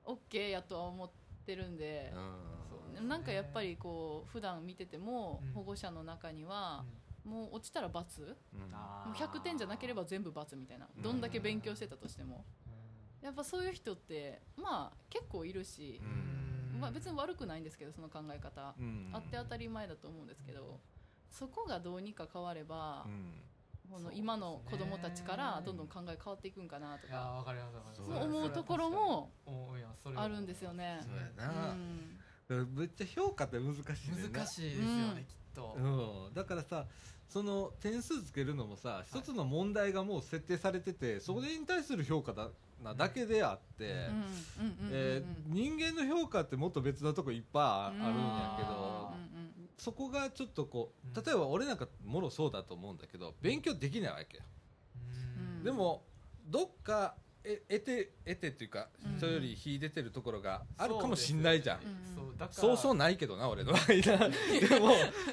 うん、 OK やとは思ってるんで、うそうなんかやっぱりこう普段見ててもうん保護者の中にはもう落ちたら罰もんうんあーう100点じゃなければ全部罰みたいなうんどんだけ勉強してたとしてもやっぱそういう人ってまあ結構いるしう、うんまあ、別に悪くないんですけどその考え方うんあって当たり前だと思うんですけどそこがどうにか変わればうんこそうのですね今の子供たちからどんどん考え変わっていくんかなといやかわかりますわかそうりますそう思うところも思ういやそれはあるんですよね。そうやうな、んだからめっちゃ評価って難しいねんな難しいですようんねきっとうん、だからさその点数つけるのもさ一つの問題がもう設定されてて、それに対する評価だなだけであって、うんうんうんうんうんえー人間の評価ってもっと別なとこいっぱいああるんやけど、うんうんうんそこがちょっとこうんう例えば俺なんかもろそうだと思うんだけど勉強できないわけよ、うんでもどっかえ得て得てっていうか、うん人より秀でてるところがあるかもしんないじゃんそうですよねそうだからそうそうないけどな俺の間でも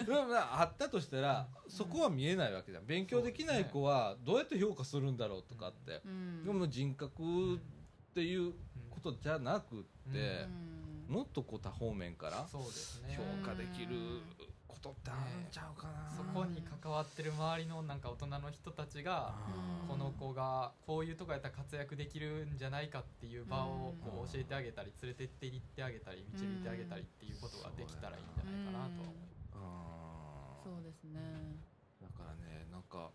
でもなあったとしたらそこは見えないわけじゃん勉強できない子はどうやって評価するんだろうとかってうんでも人格っていうことじゃなくってうんもっとこう多方面からそうですね評価できることってあるんちゃうかそなこに関わってる周りのなんか大人の人たちがうんこの子がこういうとこやったら活躍できるんじゃないかっていう場をこう教えてあげたり連れてって行ってあげたり導いてあげたりっていうことができたらいいんじゃないかなとは思いますうんそうですね。だからねなんか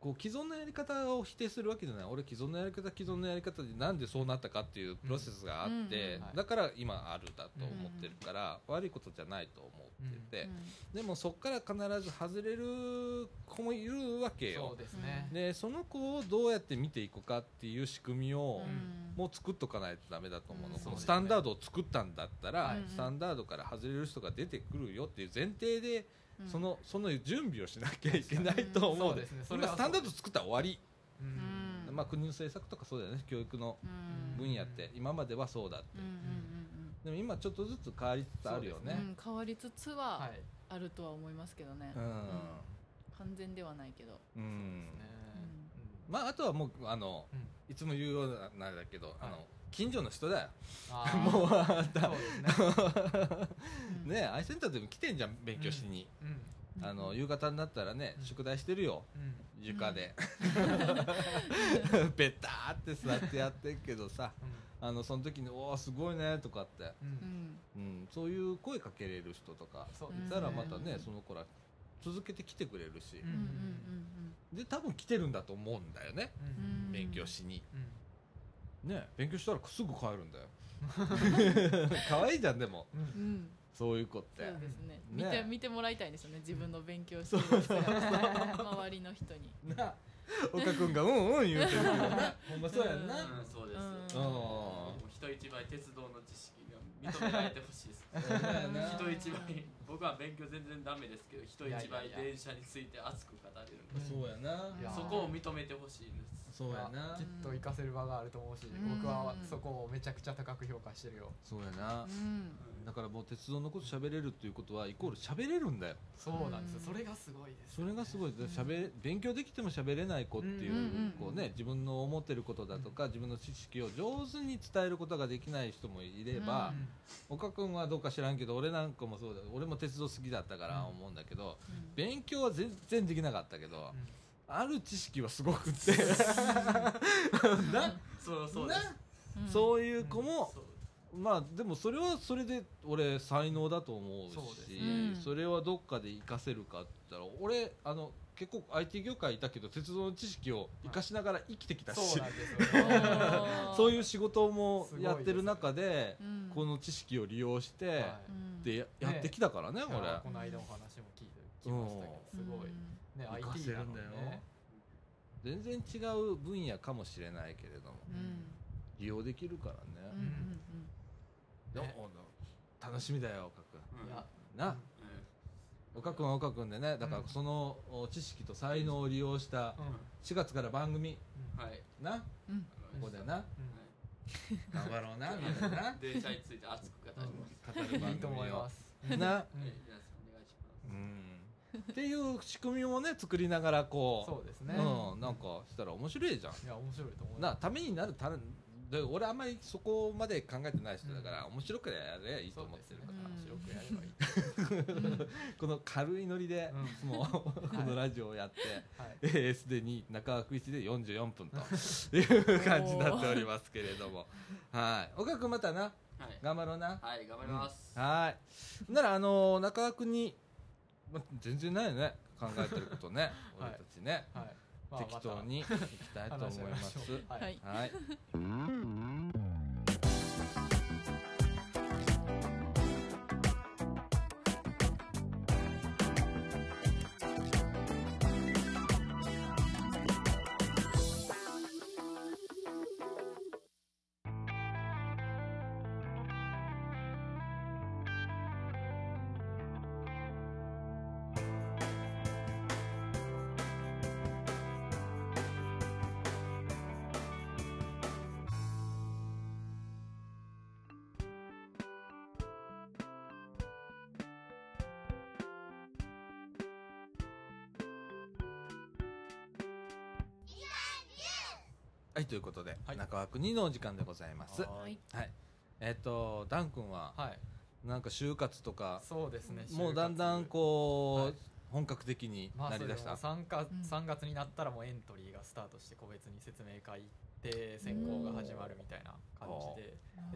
こう既存のやり方を否定するわけじゃない俺既存のやり方既存のやり方でなんでそうなったかっていうプロセスがあって、うんはいだから今あるだと思ってるから、悪いことじゃないと思ってて、でもそこから必ず外れる子もいるわけそようですねでその子をどうやって見ていくかっていう仕組みうを、んもう作っとかないとダメだと思うの、うんこそうのですねスタンダードを作ったんだったら、はいスタンダードから外れる人が出てくるよっていう前提で、うんそのその準備をしなきゃいけないと思そううでですすねそれ今はスタンダード作ったら終わり、うんうんまあ、国の政策とかそうだよね教育のうん分野って今まではそうだって、うんうんうんでも今ちょっとずつ変わりつつあるようねんうん変わりつつははいあるとは思いますけどねう。ん、完全ではないけど。うんねまああとはもうあの、うんいつも言うようなあれだけど、あの近所の人だよあーもうあんそたうですねうんねアイセンターでも来てんじゃん勉強しに、うんあの夕方になったらね、うん宿題してるようん床で、 ベターって座ってやってるけどさあのその時に「おおすごいね」とかって、うんううんんうん、そういう声かけれる人とかそういですたねらまたね、うんその子ら続けて来てくれるし、ううんうんんで多分来てるんだと思うんだよね、うんうん勉強しにうんね勉強したらすぐ帰るんだよ可愛いじゃんでもうんうんうんそういう子ってそうですね。見ねて見てもらいたいですよね。自分の勉強してる姿 周りの人に。なあ岡君が「うんうん」言うてるけどねほんまそうやんな、うん、そうです。うんあもう人一倍鉄道の知識が認められてほしいです。だよな人一倍、僕は勉強全然ダメですけど、人いや一倍いやいや電車について熱く語れるんあです。そうやないやそこを認めてほしいです。そうやなきっと活かせる場があると思うしうん僕はそこをめちゃくちゃ高く評価してるよそうやなうんうんだからもう鉄道のこと喋れるっていうことはイコール喋れるんだよそうなんですようんそれがすごいですそれがすごいん喋れ勉強できても喋れない子っていう,、うんうんうんこうね、自分の思ってることだとか、自分の知識を上手に伝えることができない人もいれば、岡君はどうか知らんけど俺なんかもそうだ俺も鉄道好きだったから思うんだけど、勉強は全然できなかったけど、ある知識はすごくって なそうそうです。 うんそういう子も、そうまあでもそれはそれで俺才能だと思うしそうですそ,、ねうんれはどっかで活かせるかって言ったら俺あの結構 IT 業界いたけど鉄道の知識を活かしながら生きてきたし、そうなんですおよねー そういう仕事もやってる中でうんこの知識を利用して、はういんでやってきたからねい俺やこの間お話も聞いてきましたけどすごいうんね活か IT せるなんのだでよね全然違う分野かもしれないけれどもうん利用できるからうんね、うんでも楽しみだよ岡うんいや君なう岡君は岡君でねだからうんそのお知識と才能を利用したうん4月から番組んはい。なうんうんここだよなは頑張ろうなみんなない電車について熱く語ります。語るうんい番いと組思いをますな、うんえ皆さんお願いしますうん、っていう仕組みもね作りながらこうそうですね、うん、なんかしたら面白いじゃんいや面白いと思いなますためになるたで俺あんまりそこまで考えてない人だから、面白くやればいいと思ってるから、白くやればいい、この軽いノリで、うんいつもこのラジオをやって、はい、えーすでに中川区一で44分という感じになっておりますけれどもはい岡君またなはい頑張ろうなはい頑張ります、はいならあのー中川君に、ま、全然ないよね考えてることね、 はい俺たちね、はいまあ適当にいきたいとま思いた話し合いまますしょうはいはいはいはい、ということで、はい中川くにのお時間でございます。ははいい、えっ、と、ダン君は、はいなんか就活とか、そうですねもうだんだんこう、はい本格的にまあなりだした。 3かうん3月になったらもうエントリーがスタートして個別に説明会行って選考が始まるみたいな感じ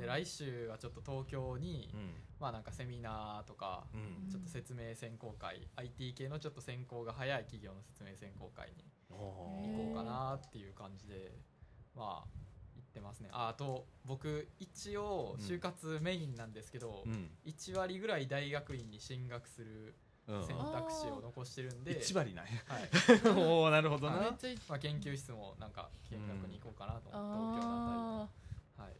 でで来週はちょっと東京に、うん、まあなんかセミナーとかうん、ちょっと説明選考会、IT 系のちょっと選考が早い企業の説明選考会にお行ーこうかなっていう感じでまあ行ってますねああと僕一応就活メインなんですけど、うん、 1割ぐらい大学院に進学するうん、選択肢を残してるんで、一割ない。はい おお、なるほどめっな。ちゃいいまあ、研究室もなんか見学に行こうかなと思って、東京のあたりのあはい、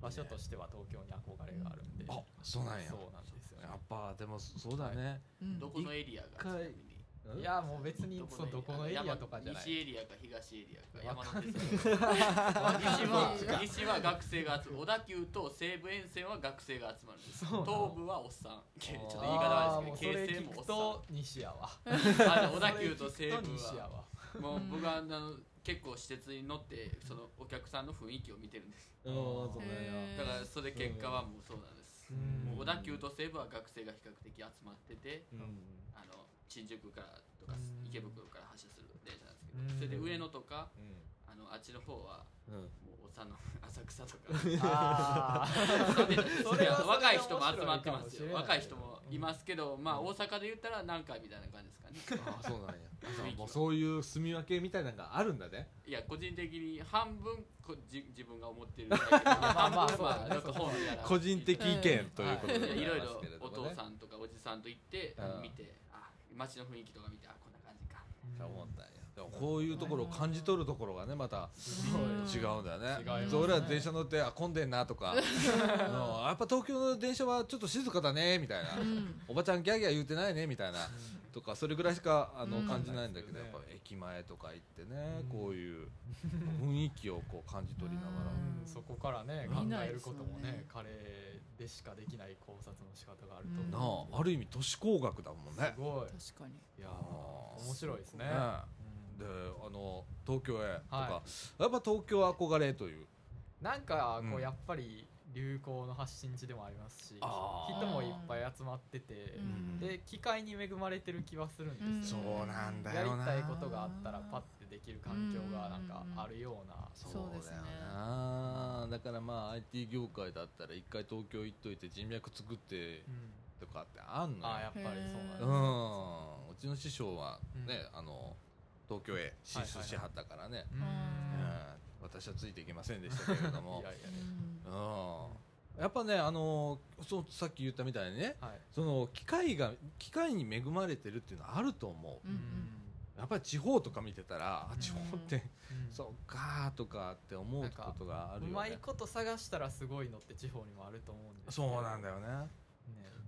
場所としては東京に憧れがあるんで、あ、そうなんや。そうなんですよねやっぱ、でも、そうだね。ーうんどこのエリアが一回ちなみにうんい、やもう別にそうどこのエリアとかじゃな山西いエリアか東エリアわか山手線か西どっ ちかは西は学生が集まる小田急と西武沿線は学生が集まるそうなの東部はおっさんけちょっと言いあ方ー悪いもでうすそけどれ京成聞もおくっさんと西やわあの小田急と西武それ聞くと西やはわもう僕はあの結構施設に乗ってそのお客さんの雰囲気を見てるんですうん、そうなんへや。ーだからそれ結果はもうそうなんですうんもう小田急と西武は学生が比較的集まっててうん。あの新宿からとかうん池袋から発車する電車なんですけうんどそれで上野とかうあのあっちの方はん。うん。もうおっさんの 浅草と かあそれはそれで若い人も集まってま面白いかもすしれなよい若い人もいますけど、まあ大阪で言ったら何回みたいな感じですかねあー、そうなんや。 雰囲気もうはそういう住み分けみたいなのがあるんだね。いや個人的に半分こじ自分が思ってるだけ で半分まあはそうだねなんか本やら個人的意見ということでいござやいろいますろけれどおもね父さんとかおじさんと行ってうん見てあ街の雰囲気とか見てあこんな感じかそう思ったんやでもこういうところを感じ取るところがねまたすごい違うんだよね違いますねそう俺ら電車乗ってあ混んでんなとかうんやっぱ東京の電車はちょっと静かだねみたいなーうんおばちゃんギャーギャー言うてないねみたいなとかそれぐらいしかあのうん感じないんだけどそやうっですねぱ駅前とか行ってねうんこう いう雰囲気をこう感じ取りながうんそこからね考見ないえるですこよねともね彼でしかできない考察の仕方があるうんらなと思あある意味都市工学だもんうすねごい確かにいやあーー面白いですねねうんであの東京へとかはやっぱ東京憧れというなんかこうんうやっぱり流行の発信地でもありますし、あー人もいっぱい集まってて、うんで機会に恵まれてる気はするんですよ、うんそうなんだやりたいことがあったらパッてできる環境がなんかあるような、そうそうですだねよなだからまあ IT 業界だったら一回東京行っといて人脈作ってうんとかってあんのああよやっぱりうそんうなんでうちの師匠はね、あの東京へ進出しはったからね、すね、はいはいうん私はついていけませんでしたけれどうんも いやいやうねんうんやっぱねあのそうさっき言ったみたいにねはい、その機会が機会に恵まれてるっていうのはあると思ううんやっぱり地方とか見てたら、あ地方って、うんそうかーとかって思うことがあるうよまいねこと探したらすごいのって地方にもあると思うんですけどそうなんだよねね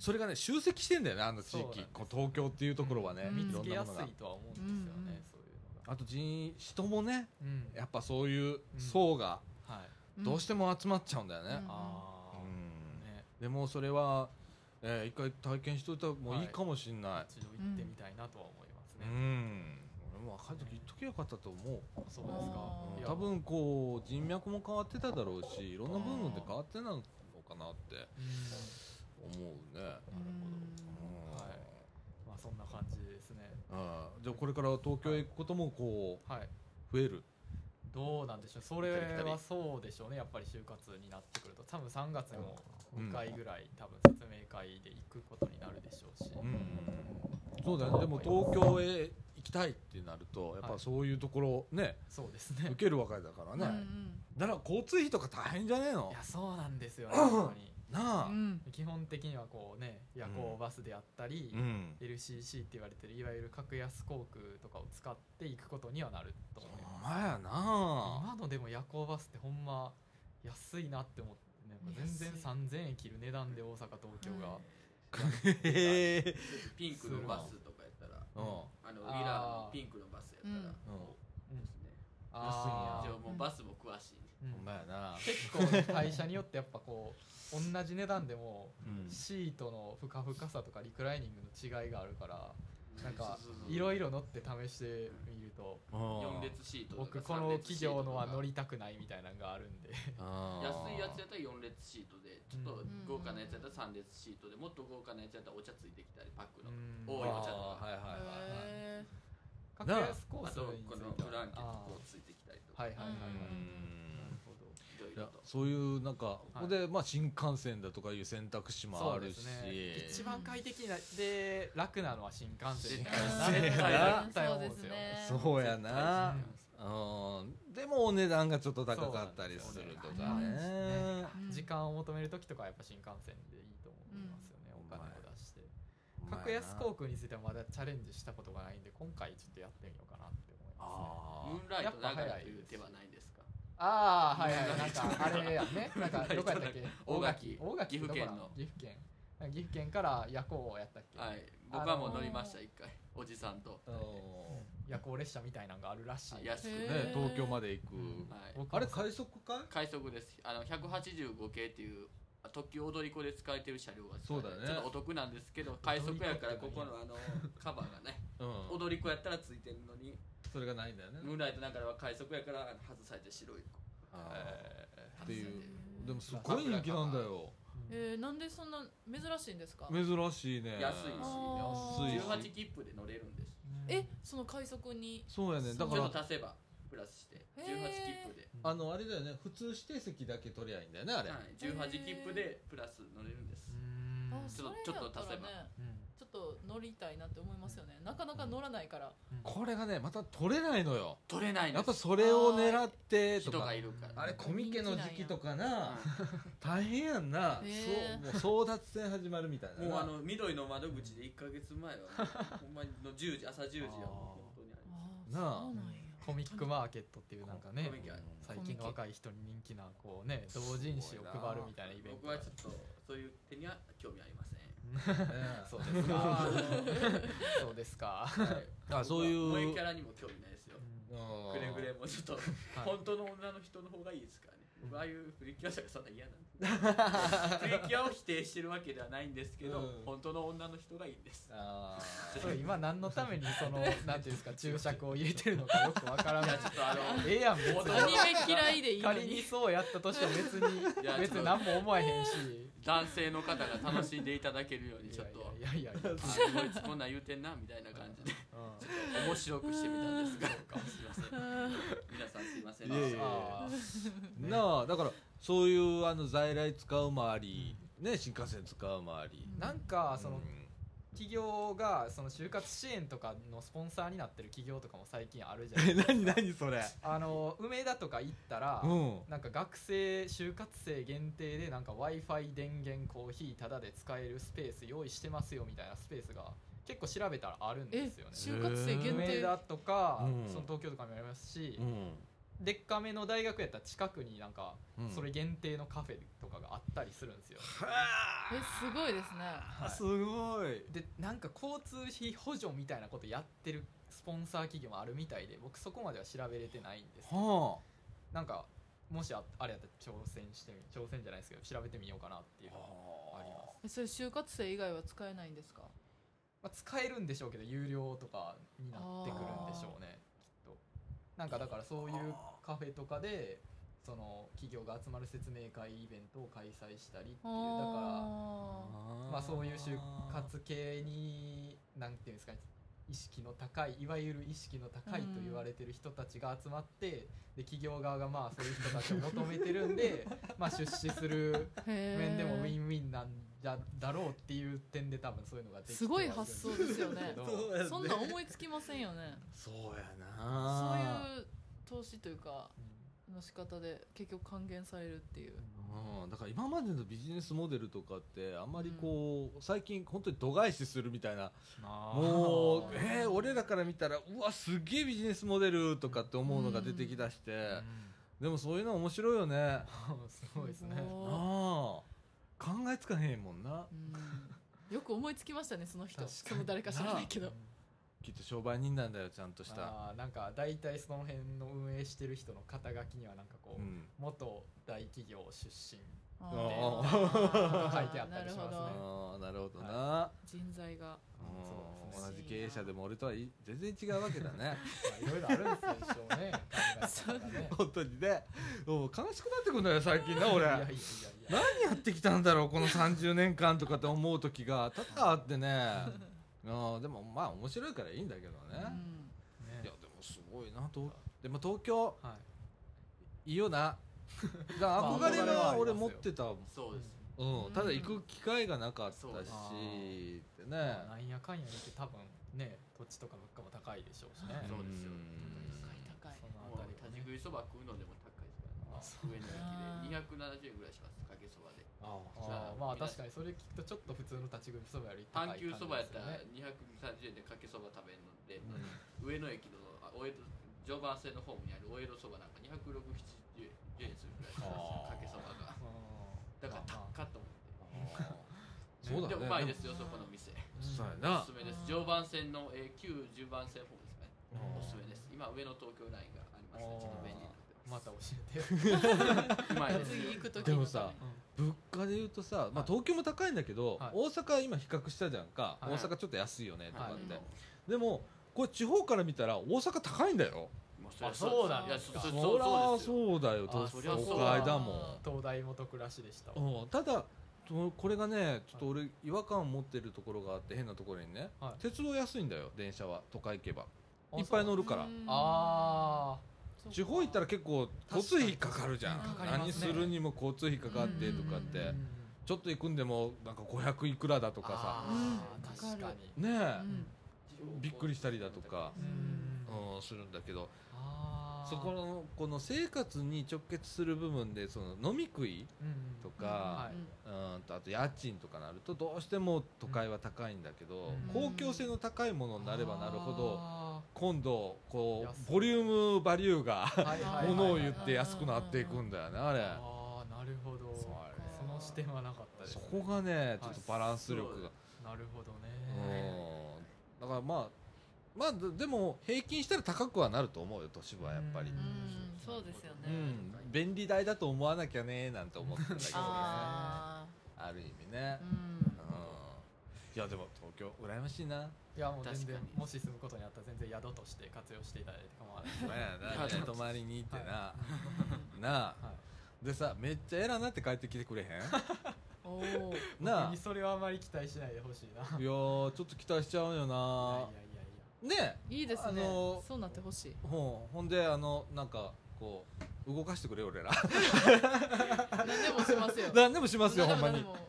それがね集積してんだよねあの地そうなん域ですこう東京っていうところはね、うんい見ろんつけなやもすのがいとは思うんですよね、うんうんそういうのが、あと人人もねうんやっぱそういううん層がはいんどうしても集まっちゃうんだよね、うんああ、うんねでもそれはええー一回体験しといたらもういいかもしんない、一度行ってみたいなとは思いますうね、ん俺も若い時言っときゃよかったと思うそうですかあーいや多分こう人脈も変わってただろうしいろんな部分で変わってなのかなってうん思うねどはいまあそんな感じですねうんあーじゃあこれから東京へ行くこともこはい、う増えるどうなんでしょう、それはそうでしょうね、やっぱり就活になってくると、多分3月にもうん2回ぐらい、多分説明会で行くことになるでしょうし、そうだよねでも東京へ行きたいってなるとやっぱそういうところねそうですね受、けるわけだからうんうねんだから交通費とか大変じゃねえのいや、そうなんで すよね、本当に。なあうん基本的にはこうね、夜行バスであったり、うん LCC って言われてる、いわゆる格安航空とかを使って行くことにはなると思います。お前やな今のでも夜行バスってほんま安いなって思って。ね全然3000円切る値段で大阪東京が、 へえピンクのバスとかやったらうんあのウィラーのピンクのバスやったら、うんこううんねあーじゃあもうバスも詳しいね、うんお前やな結構ね会社によってやっぱこう同じ値段でもうんシートのふかふかさとかリクライニングの違いがあるからなんかそうそうそういろいろ乗って試してみると4列シートとか僕この企業のは乗りりたくないみたいなのがあるんで安安いやつやったら4列シートでちょっと豪華なやつやったら3列シートでもっと豪華なやつやったらお茶ついてきたりパックのうん多いお茶あとーかはいはいはいはいへー格安コあースとにつこのいてブラはンケットこうついてきたりとあーかはいいはいはいはいなるほどろいいろやとそういうなんか、ここでまあ新幹線だとかいう選択肢もあるし、そうですね一番快適なで楽なのは新幹線絶対絶対うん絶対思うんですよそうやなうん、うん、でもお値段がちょっと高かったりするとそうなかんねでねうん時間を求める時とかはやっぱ新幹線でいいと思いますようね、んお金を出して格安航空についてはまだチャレンジしたことがないんで今回ちょっとやってみようかなって思いますねあムーンライト長いという手はないですかああはいはいなんかあれやねなんかどこやったっけ大垣大垣岐阜県のどこな岐阜県岐阜県から夜行をやったっけ、はい僕はもう乗りました一回おじさんとあお夜行列車みたいなのがあるらしいあ安くへーーね東京まで行く、うんはい僕もあれ快速かい快速ですあの185系っていうあ特急踊り子で使えてる車両が使そえてうだねちょっとお得なんですけど快速やからここの あのカバーがねうん踊り子やったらついてるのにそれがないんだよね、ムーンライトなんかは快速やから外されて白いあえーっていうでもすっごい人気なんだよーえーなんでそんな珍しいんですか珍しいね安いしあ安いし18切符で乗れるんですえその快速にそうやねだかちょらっと足せばプラスしてへ18ー切符で、あのあれだよね普通指定席だけ取りゃいいんだよねあれ、はい、18切符でプラス乗れるんです、うんあちそょれっとやったちょらっと足せねばうんちょっと乗りたいなって思いますよねなかなか乗らないからこれがねまた取れないのよ取れないんやっでぱすそれを狙ってと人かがいるからあれコミケの時期とかはな大変やんな、へそうもう争奪戦始まるみたいいなもうあなの緑の窓口で1か月 前はもうほんまにの10時朝10時はもう本当にあれあーなあそうなんやコミックマーケットっていうなんかねコミケある最近の若い人に人気なこうね同人誌を配るみたいなイベント僕はちょっとそういう手には興味ありませんそうですか そうですかあそういう萌えキャラにも興味ないですよくれぐれももちょっと本当の女の人の方がいいですからね僕ああいうプリキュア者がそんな嫌なんでプリキュアを否定してるわけではないんですけど、うん本当の女の人がいいんですあ ーそう今何のためにそのなんていうんですか注釈を入れてるのかよくわからいなやいちょっとあのええやん別大ア人ニメに嫌いでいいの仮ににそうやったとしても別にいや別に何も思えへんし男性の方が楽しんでいただけるようにちょっといやいやいやいやあこいつこんなん言うてんなみたいな感じで面白くしてみたんですがすいません皆さんすいませんいえいえあなあだからそういうあの在来使うもあり、ね、新幹線使うもあり、ーなんかそのうん企業がその就活支援とかのスポンサーになってる企業とかも最近あるじゃないえですか何何それあの梅田とか行ったら、うんなんか学生就活生限定でなんか w i f i 電源コーヒータダで使えるスペース用意してますよみたいなスペースが結構調べたらあるんえですよね就活生限梅定田とか、うんその東京とかにもありますしう、んでっかめの大学やったら近くになんかうんそれ限定のカフェとかがあったりするんですよ、はえすごいですねあすごいでなんか交通費補助みたいなことやってるスポンサー企業もあるみたいで僕そこまでは調べれてないんですけどはなんかもしああれやったら挑戦してみ挑戦じゃないですけど調べてみようかなっていうあのがありますえそれ就活生以外は使えないんですかまあ、使えるんでしょうけど有料とかになってくるんでしょうねきっとなんかだからそういうカフェとかでその企業が集まる説明会イベントを開催したりっていうだからまあそういう就活系になんていうんですかね意識の高いいわゆる意識の高いと言われてる人たちが集まって、で企業側がまあそういう人たちを求めてるんでまあ出資するらへー面でもウィンウィンなんだだろうっていう点で多分そういうのができてすごい発想ですよね け どそうやねそんなん思いつきませんよねそうやそうないう投資というかの仕方で結局還元されるっていううん、だから今までのビジネスモデルとかってあんまりこう、最近本当に度外視するみたいなもうあーえー俺らから見たらうわすげえビジネスモデルとかって思うのが出てきだして、でもそういうの面白いよねなうんすごいですねごあ考えつかへんもんないうんよく思いつきましたねその人確かにその誰か知らないけどきっと商売人なんだよちゃんとした、あーなんか大体その辺の運営してる人の肩書きにはなんかこうう、ん、元大企業出身ああー書いてあったりしますねなるあーほどなるほどな、人材がうんそうですね同じ経営者でも俺とはい全然違うわけだ ねまあいろいろあるんですでしょうね考え方 がね本当にねもう悲しくなってくんだよ最近な俺いやいやいやいや何やってきたんだろうこの30年間とかって思う時が多々あってねあでもまあ面白いからいいんだけどね、うんいやねでもすごいなとでも東京はいいいよなだからまあ憧れ憧れははあります俺よ持ってた、うん、そうです、ただ行く機会がなかったしそっうてねなんやかんや言って多分ね土地とか物価も高いでしょうしねそうですよん高い高いそのもうあたりはね立ち食いそば食うのでも高いですから、あそう上のあー駅で270円ぐらいしますかけそばでああーまあ確かにそれ聞くとちょっと普通の立ち食いそばより高い感阪じ急ですそよばやったらね230円でかけそば食べるので、うん上野駅のあお江戸常磐線の方にあるお江戸そばなんか260円するぐらいしますあーよかけそばがうんだからまあまあ高っとそうだ思って、ねでもうまいですすよそこの店そうやなおすすめです常磐線の、えー、旧10番線方ですかねうんおすすめです今上野東京ラインがありますのでちょっと便利にまなってたま教 えてすうまいです次行く時のためでもさう物ん価で言うとさ、まあ、はい東京も高いんだけど、はい大阪今比較したじゃんか、はい大阪ちょっと安いよねとかって、はいでもこれ地方から見たら大阪高いんだよまああそうなんいやですそかそそりゃそうですよそうだよあ都そりゃそう都会だもん東大元暮らしでしたわうんただとこれがねちょっと俺違和感を持ってるところがあって変なところにね、はい鉄道安いんだよ電車は都会行けばあいっぱい乗そうるからうんあそうか地方行ったら結構交通費かかるじゃん、確かに何するにも交通費かかってとかっーてうんちょっと行くんでもなんか500いくらだとかさあうんー確かかかるにねえ、うんびっくりしたりだとかううんんうん、するんだけどあーそこのこの生活に直結する部分でその飲み食いうんうんとか、うんうんとあと家賃とかなるとどうしても都会は高いんだけど、うん公共性の高いものになればなるほどあ今度こ安ういボリュームバリューがーはいはいはいはいものを言って安くなっていくんだよねあれああなるほどそうあれその視点はなかったですそねこがねちょっとバランス力がなるほどねうんだからまあまあででも平均したら高くはなると思うよ都市部はやっぱりううんそうですようねん便利代だと思わなきゃねなんて思 ってたけどねあある意味ねあうんうんいやでも東京羨ましい ないやもう全然確かにもし住むことにあったら全然宿として活用していただいて構わないお前らいなや泊まりに行ってななあはでさめっちゃ偉なって帰ってきてくれへん おーいなあ僕にそれはあまり期待しないでほしいやないーちょっと期待しちゃうよないやいやいやいやねいいですあねのーそうなってほしいほんほんであのなんかこう動かしてくれ俺ら何でもしますよ 何でもしますよほ何んでもまに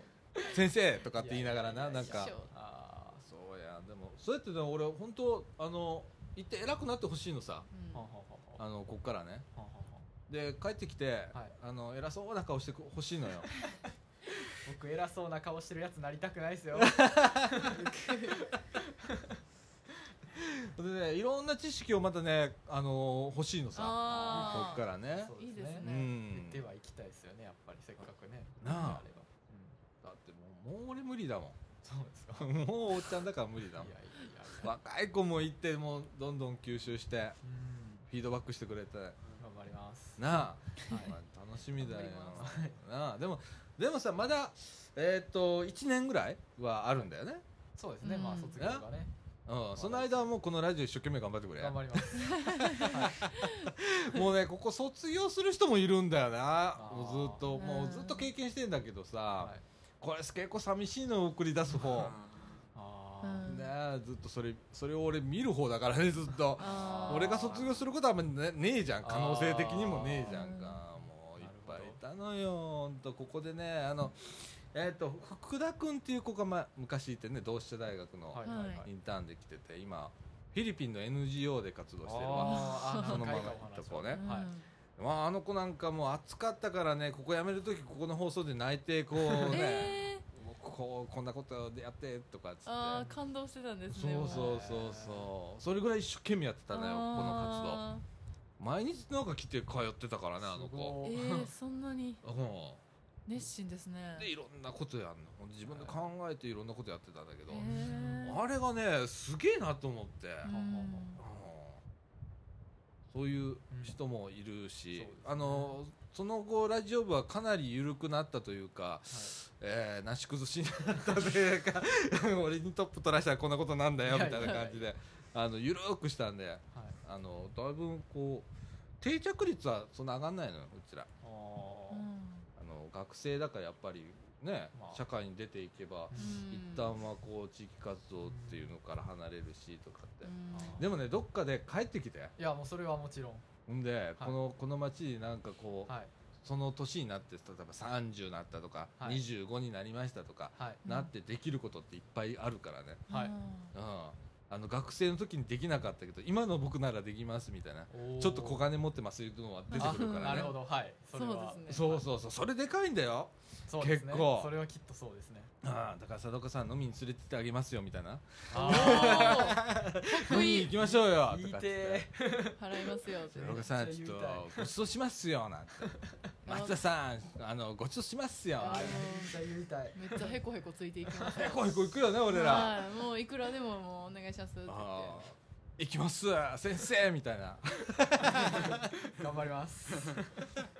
先生とかって言いながらななん何かでもあそうやでもそうやってね俺本当あの行って偉くなってほしいのさうんあはははあのこっからねははで帰ってきて、はいあの偉そうな顔してほしいのよ 僕偉そうな顔してるやつなりたくないですよでねいろんな知識をまたね、あの欲しいのさこああっからねそういいでですすねうねんでは行きたいですよねやっぱりせっかくねなあればうんだってもうもう俺無理だもそうですかんもうおっちゃんだから無理いだやもいんやいやいや若い子も行ってもうどんどん吸収してうんフィードバックしてくれて頑張りますなあ、はいまあ楽しみだよ頑張りまなあでもでもさまだえっ、と1年ぐらいはあるんだよねそうですね、うんまあ卒業がねうん、その間はもうこのラジオ一生懸命頑張ってくれ頑張りますもうねここ卒業する人もいるんだよなあーもうずっともううんずっと経験してんだけどさ、はいこれ結構寂しいのを送り出す方、あうーんねえずっとそれそれを俺見る方だからねずっとあー俺が卒業することはあんまねねえじゃん可能性的にもねえじゃんかもういっぱいいたのよほんとここでねあのえっ、と福田君っていう子が、まあ、昔いてね同志社大学のはいはいはいはインターンで来てて今フィリピンの NGO で活動してるわあーあーそのまま何回かお話をとこねはいまあ、あの子なんかもう暑かったからねここ辞める時ここの放送で泣いてこううんね、えーもうこここんなことでやってとかっつってあー感動してたんですそねうもそうそうそうそれぐらい一生懸命やってたのよこの活動あ毎日なんか来て通ってたからねあのす子ごーいえー、そんなにう熱心ですねんでいろんなことやんのほんで自分で考えていろんなことやってたんだけど、えーあれがねすげえなと思って、ううんんそういう人もいるうんし、そうですねあのその後ラジオ部はかなり緩くなったというか、えー、なし崩しになったというか 俺にトップ取らしたらこんなことなんだよみたいな感じであの緩くしたんではいはいあのだいぶこう定着率はそんな上がんないのようちらあうーんあの学生だからやっぱりね、まあ社会に出ていけば、うん一旦はこう地域活動っていうのから離れるしとかって、うんでもねどっかで帰ってきていやもうそれはもちろんんで、このこの町になんかこう、はいその年になって例えば30になったとか、はい25になりましたとか、はいうんなってできることっていっぱいあるからね、はいうんうん、あの学生の時にできなかったけど今の僕ならできますみたいなおーちょっと小金持ってますいうのは出てくるからあなねるほどはいそれそはうですねそうそうそうそれでかいんだよそうですね結構それはきっとそうですねああだから貞子さん飲みに連れてってあげますよみたいなあ飲みに 行きましょうよー言といかてっつって払いますよって貞子さんちょっとごちそうしますよなんて松田さんあのごちそうしますよーああーの言いたい言いたいめっちゃへこへこついていきますえこいこ行くよね俺ら、はいもういくらでももうお願いしますって言ってああ行きます先生みたいな頑張ります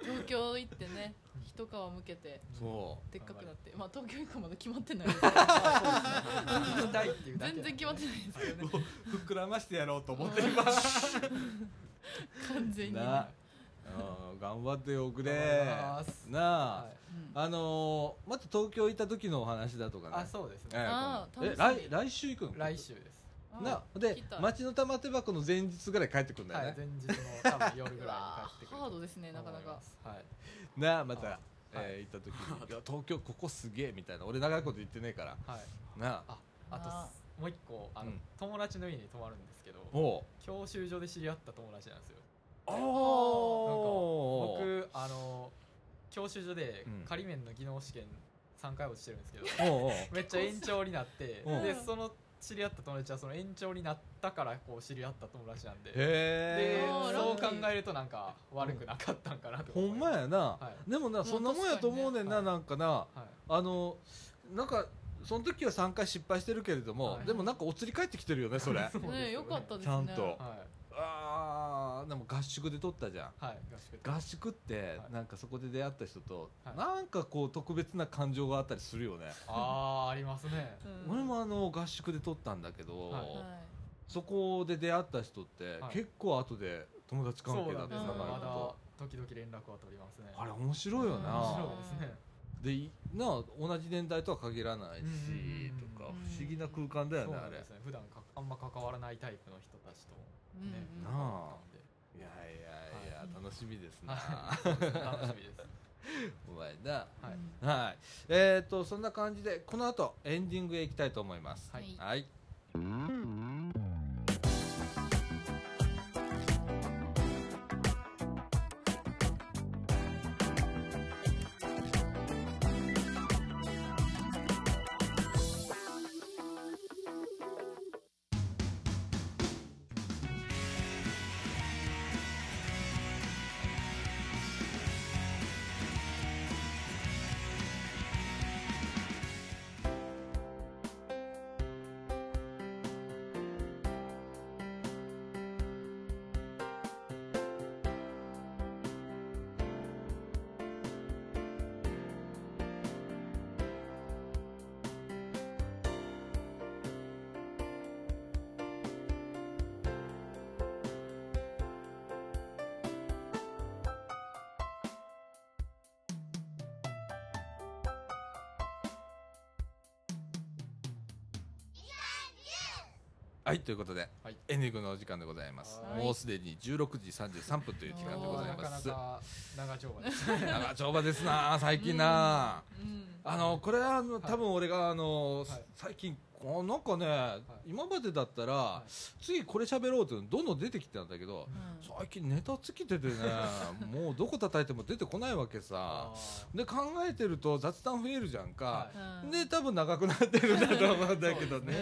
東京行ってね一皮むけてそでっかくなってまあ東京行くかまだ決まっ てないです言いたいっていうだけ全然決まってないですけどねう膨らましてやろうと思って 完全にねなうん頑張っておくれ頑張りますなあ、はういんあのー、また東京行った時のお話だとかねあそうですええねあー今度え来来楽しみ週行くの来週ですあなで聞いた町の玉手箱の前日ぐらい帰ってくるんだよはね、い前日の多 分夜ぐらいに帰ってくるハードですねなかなかはいなあまたあえー行った時に「いや東京ここすげえ」みたいな俺長いこと言ってねえからはいなあああとあもう一個あのうん友達の家に泊まるんですけどおう教習所で知り合った友達なんですよあなんかー僕あの教習所でうん仮免の技能試験3回落ちてるんですけどおうおうめっちゃ延長になってうんでその知り合った友達はその延長になったからこう知り合った友達なんででへえあーラそう考ッキーえるとなんか悪くなかったんかなとほ思いんまますやなはでもなそんなもんやと思うねんな確かなんかないはいあのなんかその時は3回失敗してるけれどもはいでもなんかお釣り返ってきてるよね そ れそうですねよかったですちねゃんとはいああでも合宿で撮ったじゃんはい合宿で合宿ってはいなんかそこで出会った人とはいなんかこう特別な感情があったりするよねああありますねうん俺もあの合宿で撮ったんだけどはいはそこで出会った人ってはい結構後で友達関係だったよりなそうなんですとよまだ時々連絡は取りますねあれ面白いよあなー面白いですねでいな同じ年代とは限らないしうんうんうんとかうん不思議な空間だよそうねなあんれですね普段かあんま関わらないタイプの人たちというんねうんな関あわったんでいやいやいやはい楽しみ ですなはいそうですね楽しみですお前なはいうんはいえーとそんな感じでこの後エンディングへ行きたいと思いますはいはいはい「はいということで、はいエンディングのお時間でございますはいもうすでに16時33分という時間でございまなすかなか長丁場です長丁場ですな最近な、うんあのこれはあのい多分俺があの、はい最近こうなんかね、今までだったら、い次これ喋ろうっていうのどんどん出てきてたんだけど、うん最近ネタ尽き ててねもうどこ叩いても出てこないわけさで考えてると雑談増えるじゃんか、うんで多分長くなってるんだと思うんだけどそうでね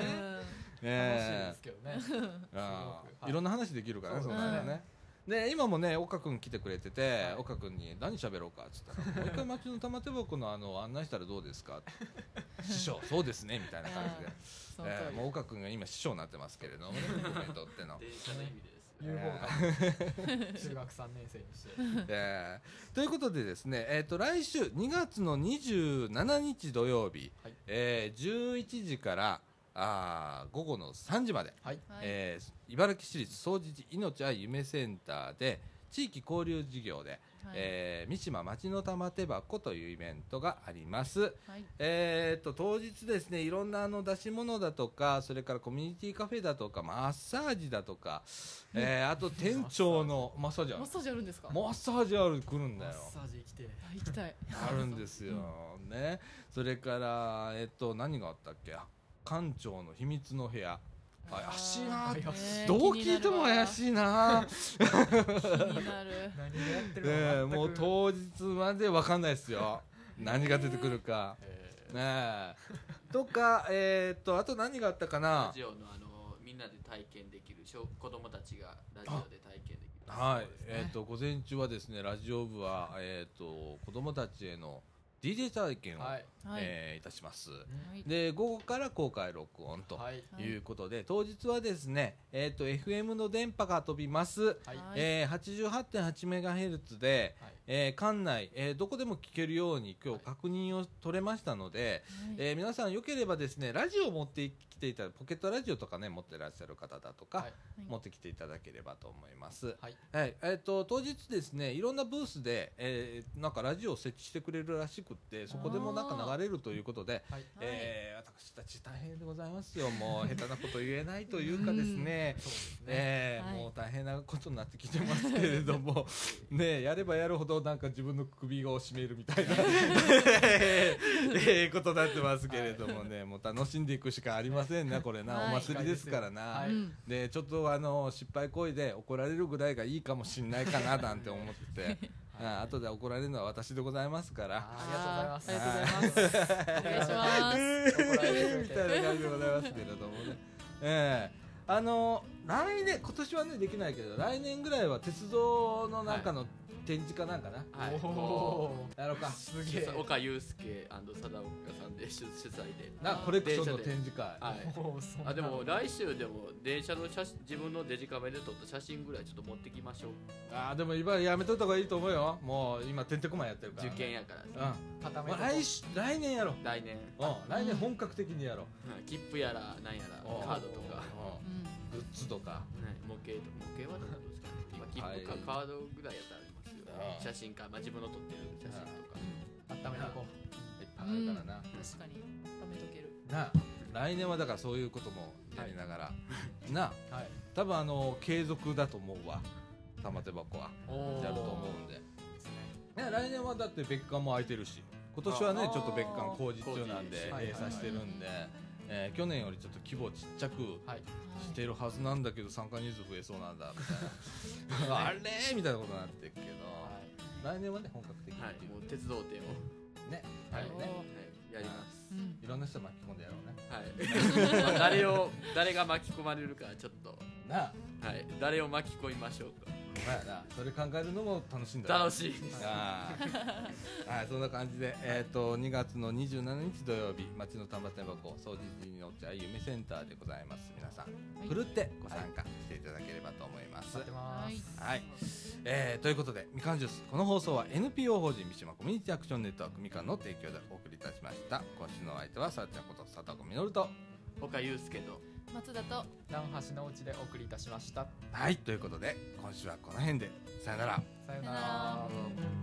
すね楽しいねですけどねえあすごくあはいいろんな話できるからねそそううですねなねで今もね岡君来てくれてはてい岡君に「何喋ろうか」っつったら「もう一回町の玉手箱のあの案内したらどうですか?」 って「師匠そうですね」みたいな感じでその通ええりもう岡君が今師匠になってますけれどもねコメントっての電車の意味です。有ね望感 中学3年生にしてえーということでですね、えー、と来週2月の27日土曜日、はいえー11時からあー午後の3時まで、はいはいえー茨城市立総除寺いのち愛夢センターで地域交流事業で、はいえー三島町の玉手箱というイベントがあります。はいえー、と当日ですねいろんなあの出し物だとかそれからコミュニティカフェだとかマッサージだとか、えーあと店長のマッサージあるマッサージあるんですかマッサージある来るんマだッよサージ来てあ行きたいあるんですよ、ねそれからえっと何があったっけあ館長の秘密の部屋あー怪しいな怪しいどう聞いても怪いしいな、気になる何がやってるえのか全くもう当日まで分かんないです よ何が出てくるか、えーねえとかえっとあと何があったかラなジオのあのみんなで体験できる小子供たちがラジオで体験できる。はいそうですえっと午前中はですねラジオ部は、えっと子供たちへの DJ 体験を、はいはいえーいたしますはいで午後から公開録音とはいはいいうことで、当日はですね、えっと FM の電波が飛びます、はいはいえー、88.8メガヘルツで、はいえー、館内、えーどこでも聞けるように今日確認を取れましたので、はいえー皆さんよければですねラジオを持ってきていただポケットラジオとかね持ってらっしゃる方だとか、はい持ってきていただければと思います。はいはい、えっ、と当日ですねいろんなブースで、えーなんかラジオを設置してくれるらしくってそこでもなんか流れるということで。ははいいえー私たち大変でございますよ、もう下手なこと言えないというかですね、そうですねえーはいもう大変なことになってきてますけれども、 ね、やればやるほど、なんか自分の首を絞めるみた いな、えーことになってますけれどもね、もう楽しんでいくしかありませんね、これな、はいお祭りですからな。はういんでちょっとあの失敗行為で怒られるぐらいがいいかもしれないかななんて思ってて、うん後で怒られるのは私でございますから。あーありがとうございますありがとうございますお願いし ますえー怒られるみたいな感じでございますけれどもね。ええあの来年今年はねできないけど来年ぐらいは鉄道のなんかの展示かなんかな、はい。おもおやろうかすうげえ岡祐介貞岡さんで主主催で。なコレクションの電車で展示会はい。 おーそんなあでも来週でも電車の写真自分のデジカメで撮った写真ぐらいちょっと持ってきましょうあーでも今やめといた方がいいと思うよもう今てんてこまんやってるから受験やからうん、ま固めあ、来週来年やろう来年うん来年本格的にやろううん切符やらなんやらおカードとかううんんグッズとかはい模型と模型はどうですかね今切符はかいカードぐらいやったらありますよああ写真かまあ自分の撮ってる写真とか温めていこいっぱいあるからな、確かに食べとけるな来年はだからそういうこともやりな がら、なうはい多分あの継続だと思うわ玉手箱はおーやると思うんで、ね、来年はだって別館も空いてるし今年はねあーちょっと別館工事中なんで工事はいはい閉鎖してるんで、えー去年よりちょっと規模ちっちゃくはいしてるはずなんだけど参加人数増えそうなんだみたい なあれみたいなことになってるけど、来年はね本格的にはいっていうもう鉄道展をね、はいあのねはいやりますうんいろんな人巻き込んでやろうねはい まあ誰を誰が巻き込まれるかちょっとなあはい誰を巻き込みましょうまあなそれ考えるのも楽しいんだかよ楽しい ですあーはい、そんな感じで、えっ、と、2月の27日土曜日、町の玉手箱、掃除時にお茶夢センターでございます。皆さん、ふるってご参加していただければと思います。待はってい、まはいすえーということで、みかんジュース、この放送は NPO 法人三島コミュニティアクションネットワークみかんの提供でお送りいたしました。今週のお相手は、さらちゃんこと佐藤みのると。岡祐介の松田と南橋のうちでお送りいたしましたはい、ということで、今週はこの辺で、さよなら。さようなさようならら